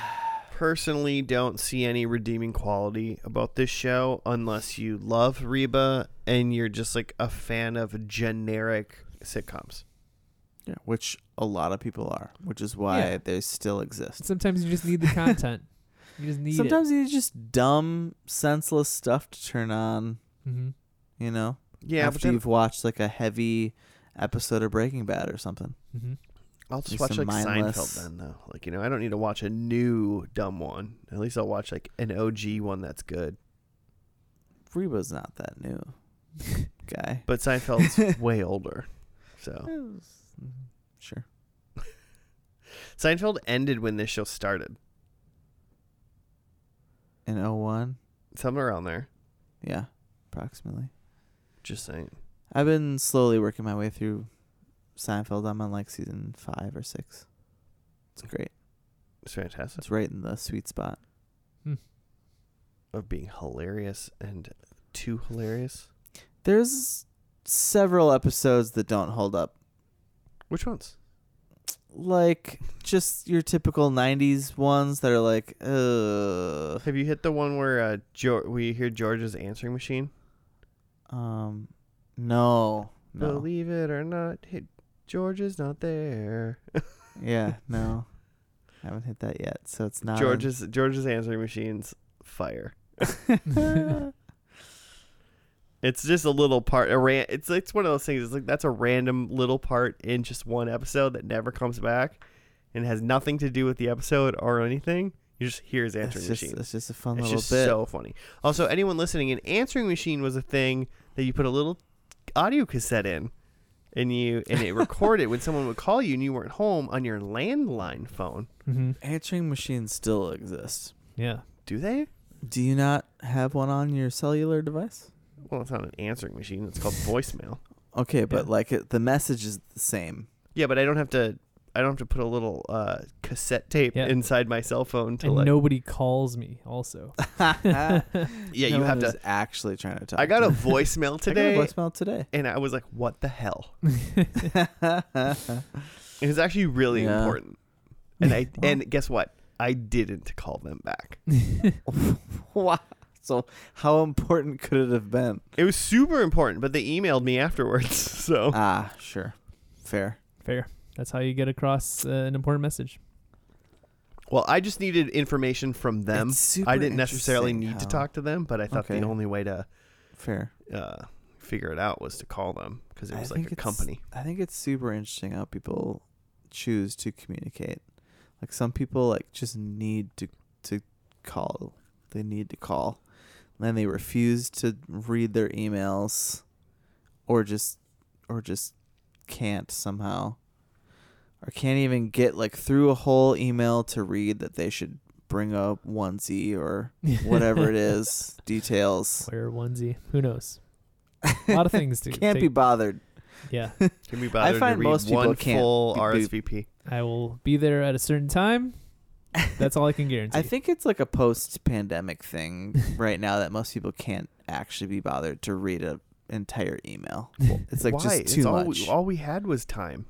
S1: personally don't see any redeeming quality about this show unless you love reba and you're just like a fan of generic sitcoms
S3: Yeah, which a lot of people are, which is why
S2: Yeah.
S3: they still exist.
S2: sometimes you just need the content You just need
S3: Sometimes you just dumb, senseless stuff to turn on.
S2: it. Mm-hmm.
S3: You know,
S1: Yeah, but
S3: after
S1: then
S3: you've watched like a heavy episode of Breaking Bad or something.
S2: Mm-hmm.
S1: I'll just
S3: Just
S1: watch
S3: some
S1: like
S3: mindless-
S1: Seinfeld then though. Like you know, I don't need to watch a new dumb one. At least I'll watch like an OG one that's good.
S3: Reba's not that new guy.
S1: But Seinfeld's way older. So
S3: Sure.
S1: Seinfeld ended when this show started,
S3: In 01?
S1: somewhere around there.
S3: Yeah, approximately.
S1: Just saying.
S3: I've been slowly working my way through Seinfeld. I'm on like season five or six. It's great.
S1: It's fantastic
S3: It's right in the sweet spot.
S1: of being hilarious and too hilarious.
S3: There's several episodes that don't hold up.
S1: Which ones?
S3: Like just your typical '90s ones that are like, uh,
S1: Have you hit the one where uh, Geor we hear George's answering machine?
S3: um, no, no,
S1: Believe it or not, hey, George is not there.
S3: yeah, no. I haven't hit that yet, so it's not. on-
S1: George's George's answering machines fire. It's just a little part. A ran, it's it's one of those things. It's like that's a random little part in just one episode that never comes back, and has nothing to do with the episode or anything. You just hear his answering
S3: It's just,
S1: machine.
S3: it's just a fun
S1: It's
S3: little
S1: just
S3: bit.
S1: so funny. Also, anyone listening, an answering machine was a thing that you put a little audio cassette in, and you and it recorded when someone would call you and you weren't home on your landline phone.
S2: Mm-hmm.
S3: Answering machines still exist.
S2: Yeah.
S1: Do they?
S3: Do you not have one on your cellular device?
S1: Well, it's not an answering machine. It's called voicemail.
S3: Okay, but
S2: Yeah.
S3: like it, the message is the same.
S1: Yeah, but I don't have to. I don't have to put a little uh, cassette tape
S2: Yeah.
S1: inside my cell phone to
S2: And
S1: like.
S2: nobody calls me. Also.
S3: yeah,
S1: yeah, you have to.
S3: actually trying to talk.
S1: I got a
S3: to me.
S1: voicemail today,
S3: I got a voicemail today.
S1: and I was like, "What the hell?" It was actually really
S3: Yeah.
S1: important, and I and guess what? I didn't call them back.
S3: wow. So how important could it have been?
S1: It was super important, but they emailed me afterwards. So
S3: Ah, sure, fair.
S2: Fair. That's how you get across uh, an important message.
S1: well, I just needed information from them.
S3: It's super
S1: I didn't necessarily
S3: interesting
S1: need to
S3: how-
S1: talk to them, but I thought
S3: Okay.
S1: the only way to
S3: Fair.
S1: uh, figure it out was to call them because it
S3: I
S1: was like
S3: think
S1: a
S3: it's-
S1: company.
S3: I think it's super interesting how people choose to communicate. Like some people like just need to to call. They need to call. And they refuse to read their emails or just or just can't somehow or can't even get like through a whole email to read that they should bring a onesie or whatever it is details
S2: Wear a onesie. Who knows? A lot of things to
S3: can't be
S2: take-
S3: bothered
S2: Yeah.
S1: Can be bothered
S3: find
S1: to read
S3: most people
S1: one
S3: can't
S1: full
S3: be-
S1: RSVP.
S2: I will be there at a certain time. That's all I can guarantee.
S3: I think it's like a post-pandemic thing right now that most people can't actually be bothered to read an entire email. It's like
S1: Why?
S3: just
S1: It's
S3: too
S1: all,
S3: much.
S1: We, all we had was time.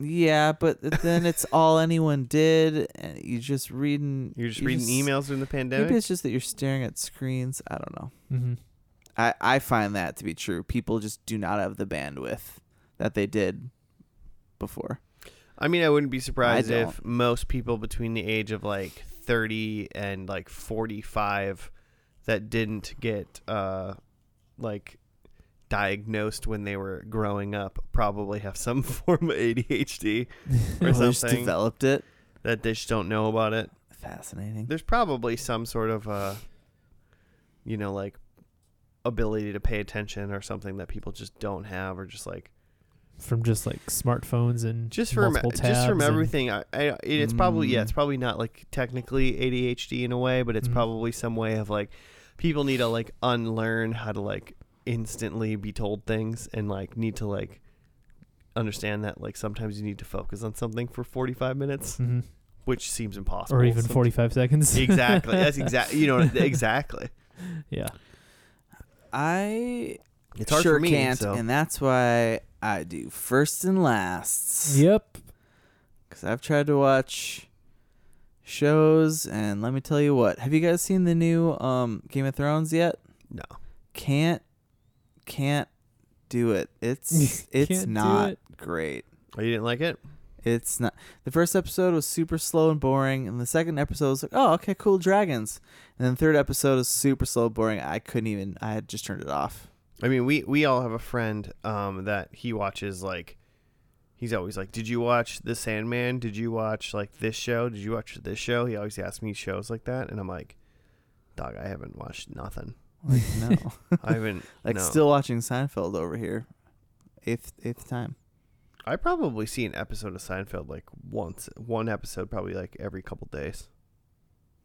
S3: yeah, but then it's all anyone did, and you just reading.
S1: You're just
S3: you
S1: reading emails during the pandemic.
S3: Maybe it's just that you're staring at screens. I don't know.
S2: hmm
S3: I I find that to be true. People just do not have the bandwidth that they did before.
S1: I mean, I wouldn't be surprised
S3: I
S1: if most people between the age of like 30 and like 45 that didn't get uh like diagnosed when they were growing up probably have some form of ADHD or
S3: People just
S1: something
S3: developed it.
S1: that they just don't know about it.
S3: Fascinating.
S1: There's probably some sort of uh you know like ability to pay attention or something that people just don't have or just like
S2: From just like smartphones and
S1: just from e,
S2: multiple tabs
S1: just from
S2: and-
S1: everything I, I it, it's probably yeah
S3: Mm.
S1: it's probably not like technically ADHD in a way but it's
S2: Mhm.
S1: probably some way of like people need to like unlearn how to like instantly be told things and like need to like understand that like sometimes you need to focus on something for 45 minutes
S2: Mhm.
S1: which seems impossible
S2: or even
S1: Some-
S2: 45 seconds.
S1: exactly that's exactly you know exactly
S2: Yeah.
S3: I
S1: it's hard
S3: sure
S1: for me
S3: can't,
S1: so
S3: and that's why I do first and lasts.
S2: Yep.
S3: Because I've tried to watch shows, and let me tell you what. Have you guys seen the new um, Game of Thrones yet?
S1: no
S3: Can't, can't do it. It's
S2: Can't
S3: it's
S2: do
S3: not
S2: it.
S3: great.
S1: oh, you didn't like it
S3: It's not. The first episode was super slow and boring, and the second episode was like, oh, okay, cool, dragons. And then the third episode was super slow, boring. I couldn't even. I had just turned it off.
S1: I mean, we we all have a friend um, that he watches like. He's always like, "Did you watch The Sandman? Did you watch like this show? Did you watch this show?" He always asks me shows like that, and I'm like, "Dog, I haven't watched nothing.
S3: Like no,
S1: I haven't
S3: like
S1: no.
S3: still watching Seinfeld over here, eighth eighth time.
S1: I probably see an episode of Seinfeld like once, one episode probably like every couple days.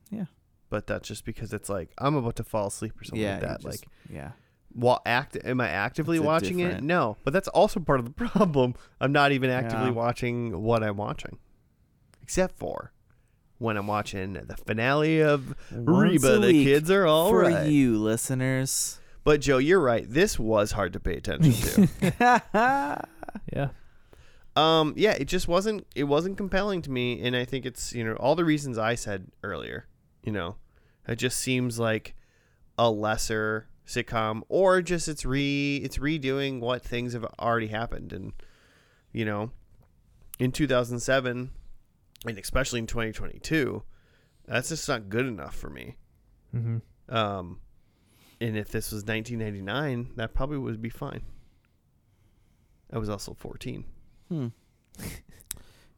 S3: Yeah.
S1: But that's just because it's like I'm about to fall asleep or something
S3: yeah,
S1: like
S3: you
S1: that.
S3: just-
S1: like,
S3: yeah,
S1: while act, am I actively
S3: It's a
S1: watching it?
S3: different-
S1: No. But that's also part of the problem. I'm not even actively
S3: Yeah.
S1: watching what I'm watching, except for when I'm watching the finale of
S3: Once
S1: Reba.
S3: a
S1: The
S3: week
S1: kids are all
S3: for
S1: right.
S3: you listeners.
S1: But Joe, you're right. This was hard to pay attention to.
S3: Hmm.
S2: Yeah.
S1: Um, yeah, it just wasn't it wasn't compelling to me, and I think it's you know all the reasons I said earlier. You know, it just seems like a lesser sitcom, or just it's re it's redoing what things have already happened, and you know, in 2007, and especially in 2022, that's just not good enough for me.
S2: Mm-hmm.
S1: Um, and if this was 1999, that probably would be fine. I was also 14.
S3: Hmm.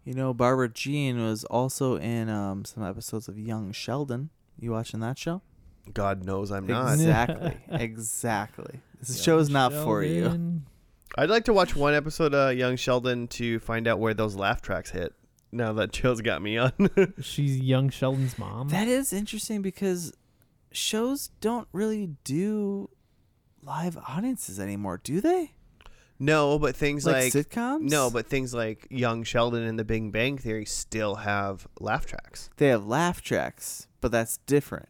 S3: You know, Barbara Jean was also in um, some episodes of Young Sheldon. You watching that show?
S1: God knows I'm not.
S3: Exactly. exactly. This show is not for you.
S2: Sheldon.
S1: I'd like to watch one episode of Young Sheldon to find out where those laugh tracks hit. Now that Joe's got me on.
S2: She's young Sheldon's mom.
S3: That is interesting because shows don't really do live audiences anymore, do they?
S1: no, but things like,
S3: sitcoms?
S1: no, but things like Young Sheldon and The Big Bang Theory still have laugh tracks.
S3: they have laugh tracks, but that's different.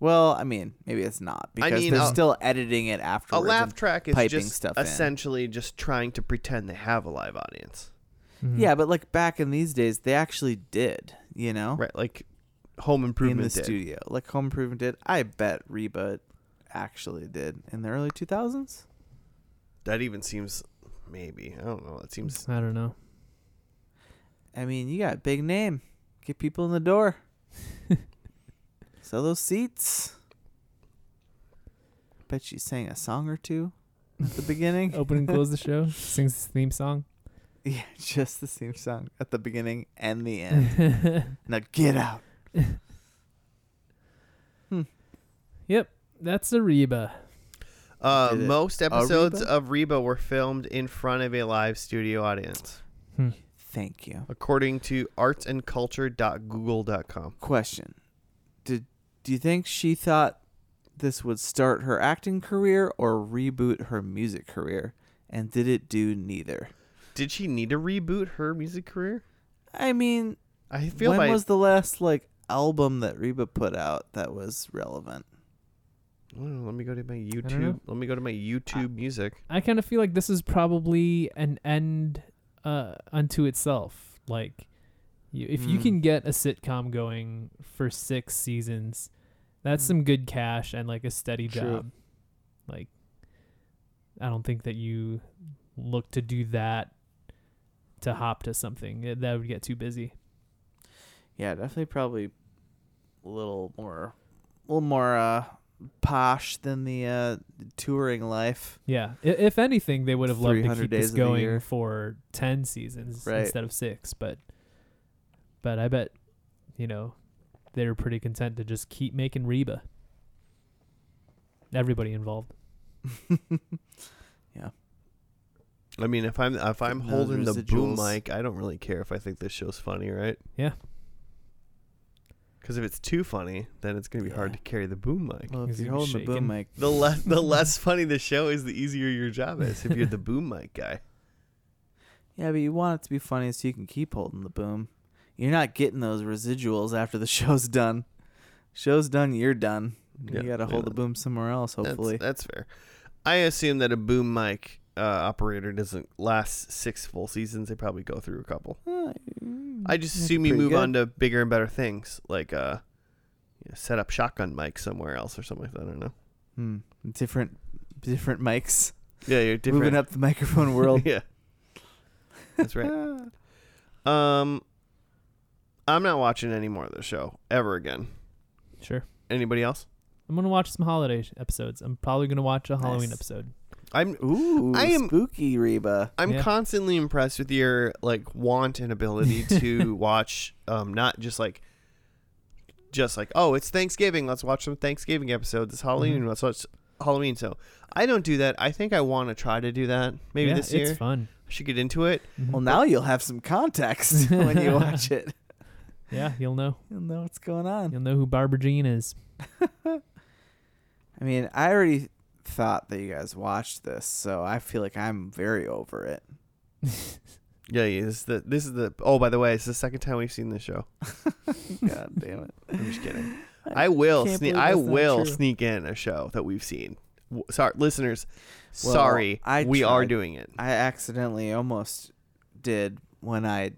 S3: Well, I mean, maybe it's not because
S1: mean,
S3: they're
S1: a-
S3: still editing it
S1: A
S3: afterwards.
S1: laugh
S3: and-
S1: track is
S3: piping
S1: just
S3: stuff in.
S1: essentially just trying to pretend they have a live audience,
S2: Mhm.
S3: Yeah, but like back in these days, they actually did. You know,
S1: right? Like Home
S3: Oh. in
S1: Improvement
S3: the
S1: did.
S3: studio, like Home Improvement did. I bet Reba actually did in the early two thousands.
S1: That even seems maybe I don't know. That seems
S2: I don't know.
S3: I mean, you got a big name, get people in the door, sell those seats. Bet she sang a song or two at the beginning.
S2: Open and close the show. Sings his theme song.
S3: Yeah, just the same song at the beginning and the end. Now get out.
S2: That's Ariba.
S1: uh,
S3: Did it-
S1: most episodes
S3: Reba?
S1: of Reba were filmed in front of a live studio audience.
S3: Thank you.
S1: according to artsandculture.google.com.
S3: Question: Did do you think she thought this would start her acting career or reboot her music career? And did it do neither?
S1: Did she need to reboot her music career?
S3: I mean,
S1: I feel
S3: when
S1: by
S3: was the last like album that Reba put out that was relevant?
S1: I don't know, let me go to my
S2: don't know.
S1: YouTube. Let me go to my YouTube music.
S2: I kind of feel like this is probably an end uh, unto itself. Like, you, if you
S3: Mm.
S2: can get a sitcom going for six seasons, that's some good cash and like a steady
S3: Hmm. True.
S2: job. Like, I don't think that you look to do that to hop to something Uh, that would get too busy.
S3: Yeah, definitely probably a little more, a little more uh, posh than the uh, touring life.
S2: Yeah. I- If anything, they would have loved to
S3: 300
S2: keep this
S3: days of the
S2: going
S3: year.
S2: for ten seasons
S3: Right.
S2: instead of six. But, but I bet, you know, they were pretty content to just keep making Reba. Everybody involved.
S1: I mean, if I'm if I'm
S3: Those
S1: holding the boom
S3: residuals.
S1: mic, I don't really care if I think this show's funny, right?
S2: Yeah.
S1: Cuz if it's too funny, then it's going to be hard to
S3: Yeah.
S1: carry the boom mic.
S3: Well, if
S2: Is
S3: you're
S2: it
S3: holding the
S2: shaking?
S3: boom mic,
S1: The less the less funny the show is, the easier your job is if you're the boom mic guy.
S3: Yeah, but you want it to be funny so you can keep holding the boom. You're not getting those residuals after the show's done. Show's done, you're done.
S1: Yeah,
S3: you got to
S1: yeah,
S3: hold the
S1: that-
S3: boom somewhere else,
S1: That's-
S3: hopefully.
S1: That's, fair. I assume that a boom mic uh, operator doesn't last six full seasons. They probably go through a couple.
S3: Ah,
S1: I just assume you move on to bigger and better things, like uh, you know, set up shotgun mics somewhere else or something like that. I don't know.
S3: Hmm. Different different mics.
S1: Yeah, you're different.
S3: Moving up the microphone world.
S1: yeah,
S3: Ah.
S1: that's right. Um, I'm not watching any more of the show ever again.
S2: Sure.
S1: Anybody else?
S2: I'm gonna watch some holiday sh- episodes. I'm probably gonna watch a Halloween
S3: Nice.
S2: episode.
S1: I'm
S3: Ooh,
S1: I am-
S3: spooky, Reba.
S1: I'm
S2: Yeah.
S1: constantly impressed with your like want and ability to watch um not just like just like oh it's Thanksgiving let's watch some Thanksgiving episodes it's Halloween
S3: Mm-hmm.
S2: Mhm.
S1: let's watch Halloween so I don't do that I think I want to try to do that maybe
S2: Yeah,
S1: this year
S2: It's fun.
S1: I should get into it
S2: Mhm.
S3: Well, now you'll have some context when you watch it.
S2: yeah, you'll know.
S3: You'll know what's going on.
S2: You'll know who Barbara Jean is.
S3: I mean, I already thought that you guys watched this, so I feel like I'm very over it.
S1: yeah, yeah this is the this is the oh by the way it's the second time we've seen this show
S3: God damn it.
S1: I'm just kidding I will
S3: can't
S1: sneak
S3: believe
S1: I
S3: that's not
S1: will
S3: true.
S1: sneak in a show that we've seen w- sorry listeners
S3: Well,
S1: sorry
S3: I
S1: we are
S3: tried.
S1: doing it
S3: I accidentally almost did when I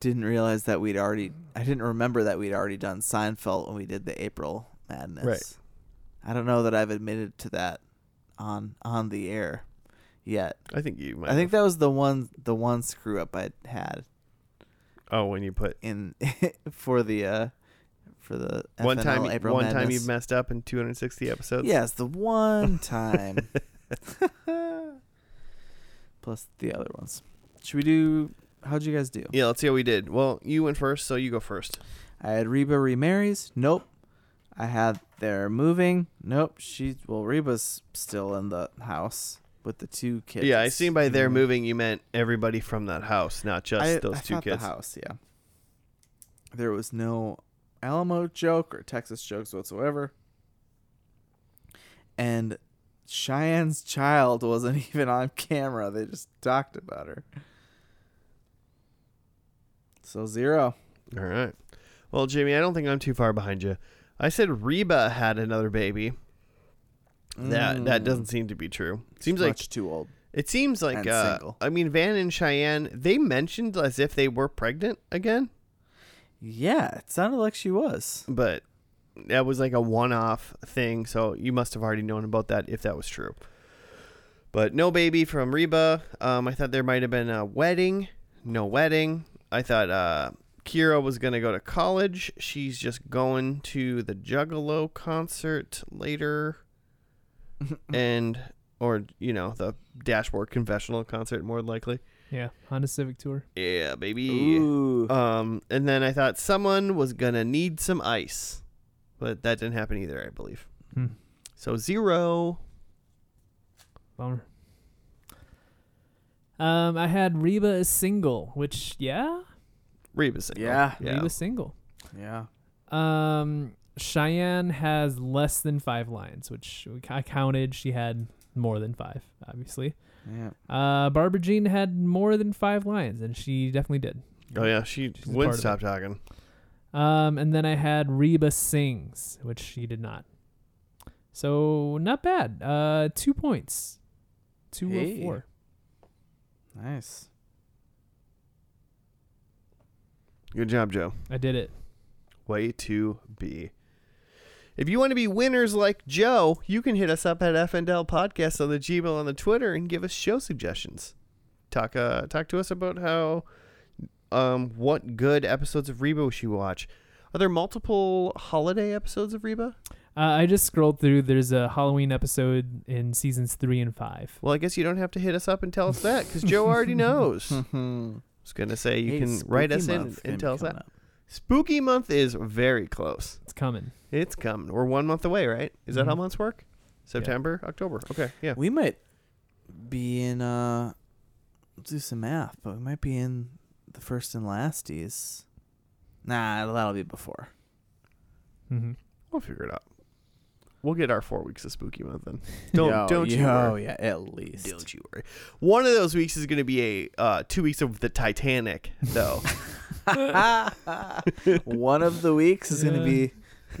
S3: didn't realize that we'd already I didn't remember that we'd already done Seinfeld when we did the April Madness.
S1: Right.
S3: I don't know that I've admitted to that on on the air yet.
S1: I think you might
S3: I think
S1: have-
S3: that was the one the one screw up I had
S1: oh when you put
S3: in for the uh for the
S1: one
S3: FNL
S1: time,
S3: April
S1: one
S3: Madness.
S1: time you've messed up in 260 episodes.
S3: Yes, the one time. Plus the other ones. Should we do? How'd you guys do?
S1: Yeah, let's see how we did. Well, you went first, so you go first.
S3: I had Reba remarries. Nope. I had they're moving. Nope. She well Reba's still in the house with the two kids.
S1: yeah, I seen by their
S3: Mhm.
S1: moving you meant everybody from that house, not just
S3: I,
S1: those
S3: I
S1: two
S3: thought
S1: kids.
S3: The house, yeah. There was no Alamo joke or Texas jokes whatsoever. And Cheyenne's child wasn't even on camera. They just talked about her. So zero.
S1: All right. Well, Jamie, I don't think I'm too far behind you. I said Reba had another baby. That that
S3: Mm.
S1: doesn't seem to be true. Seems like
S3: much too old.
S1: it seems like
S3: and
S1: uh,
S3: single.
S1: I mean Van and Cheyenne they mentioned as if they were pregnant again,
S3: Yeah, it sounded like she was.
S1: but that was like a one-off thing. So you must have already known about that if that was true. But no baby from Reba. Um, I thought there might have been a wedding. No wedding. I thought uh, Kira was going to go to college. She's just going to the Juggalo concert later. and, or, you know, the Dashboard Confessional concert, more likely.
S2: Yeah, Honda Civic Tour.
S1: Yeah, baby.
S3: Ooh.
S1: Um, and then I thought someone was gonna need some ice, but that didn't happen either, I believe.
S2: Hmm.
S1: So zero.
S2: Bummer. Um, I had Reba is single, which yeah,
S1: Reba's single.
S3: Yeah.
S2: Reba's single.
S3: yeah.
S2: Um, Cheyenne has less than five lines, which we I counted. She had more than five, obviously.
S3: Yeah.
S2: Uh, Barbara Jean had more than five lines, and she definitely did.
S1: Oh yeah, she
S2: She's a part
S1: wouldn't
S2: of
S1: stop talking.
S2: Um, and then I had Reba sings, which she did not. So not bad. Uh, two points, two
S3: Hey.
S2: of four.
S3: Nice.
S1: Good job, Joe.
S2: I did it.
S1: Way to be. If you want to be winners like Joe, you can hit us up at FNL Podcast on the Gmail on the Twitter and give us show suggestions. Talk uh, talk to us about how um what good episodes of Reba we should watch. Are there multiple holiday episodes of Reba?
S2: Uh, I just scrolled through. There's a Halloween episode in seasons three and five.
S1: Well, I guess you don't have to hit us up and tell us that because Joe already knows. I was going to say you
S3: Hmm. Hey,
S1: can write
S3: spooky
S1: us in
S3: month
S1: and
S3: named
S1: tell us
S3: coming
S1: that.
S3: up.
S1: Spooky month is very close.
S2: It's coming.
S1: It's coming. We're one month away, right? Is that how
S2: Mhm.
S3: Mm-hmm.
S1: months work? September, October. Okay, yeah.
S3: We might be in uh let's do some math, but we might be in the first and lasties. Nah, that'll be before.
S2: hmm
S1: We'll figure it out. We'll get our four weeks of spooky month then. Don't don't you
S3: Oh
S1: worry.
S3: yeah, at least.
S1: Don't you worry. One of those weeks is going to be a uh, two weeks of the Titanic, though.
S3: One of the weeks is gonna be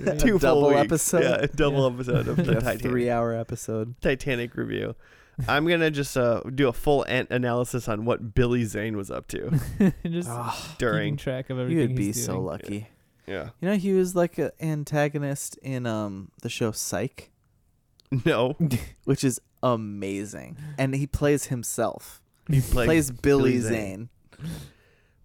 S3: a
S1: two full
S3: double
S1: weeks.
S3: episode.
S1: Yeah, a double
S2: Yeah.
S1: episode of the
S3: a
S1: Titanic.
S3: three hour episode.
S1: Titanic review. I'm gonna just uh, do a full an- analysis on what Billy Zane was up to
S2: just
S3: Oh,
S2: keeping
S1: during.
S2: track of
S3: you
S2: everything.
S3: would be
S2: he's
S3: so
S2: doing.
S3: lucky.
S1: Yeah.
S3: You know he was like an antagonist in um the show Psych,
S1: No,
S3: which is amazing. And he plays himself.
S1: he plays.
S3: plays Billy,
S1: Billy Zane.
S3: Zane.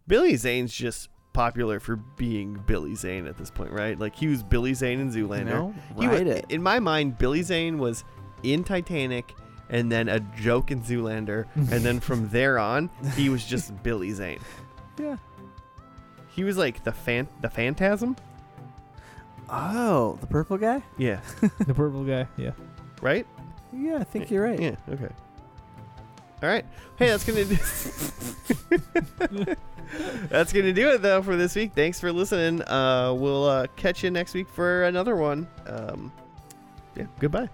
S1: Billy Zane's just popular for being Billy Zane at this point, right? Like he was Billy Zane in
S3: You
S1: Zoolander.
S3: know,
S1: He wa-
S3: write it.
S1: In my mind, Billy Zane was in Titanic and then a joke in Zoolander, and then from there on, he was just Billy Zane.
S3: Yeah.
S1: He was like the fan, the phantasm.
S3: Oh, the purple guy.
S1: Yeah.
S2: the purple guy. Yeah.
S1: Right.
S3: Yeah, I think you're right.
S1: Yeah. Okay. All right. Hey, that's gonna do. that's gonna do it though for this week. Thanks for listening. Uh, we'll uh, catch you next week for another one. Um, yeah. Goodbye.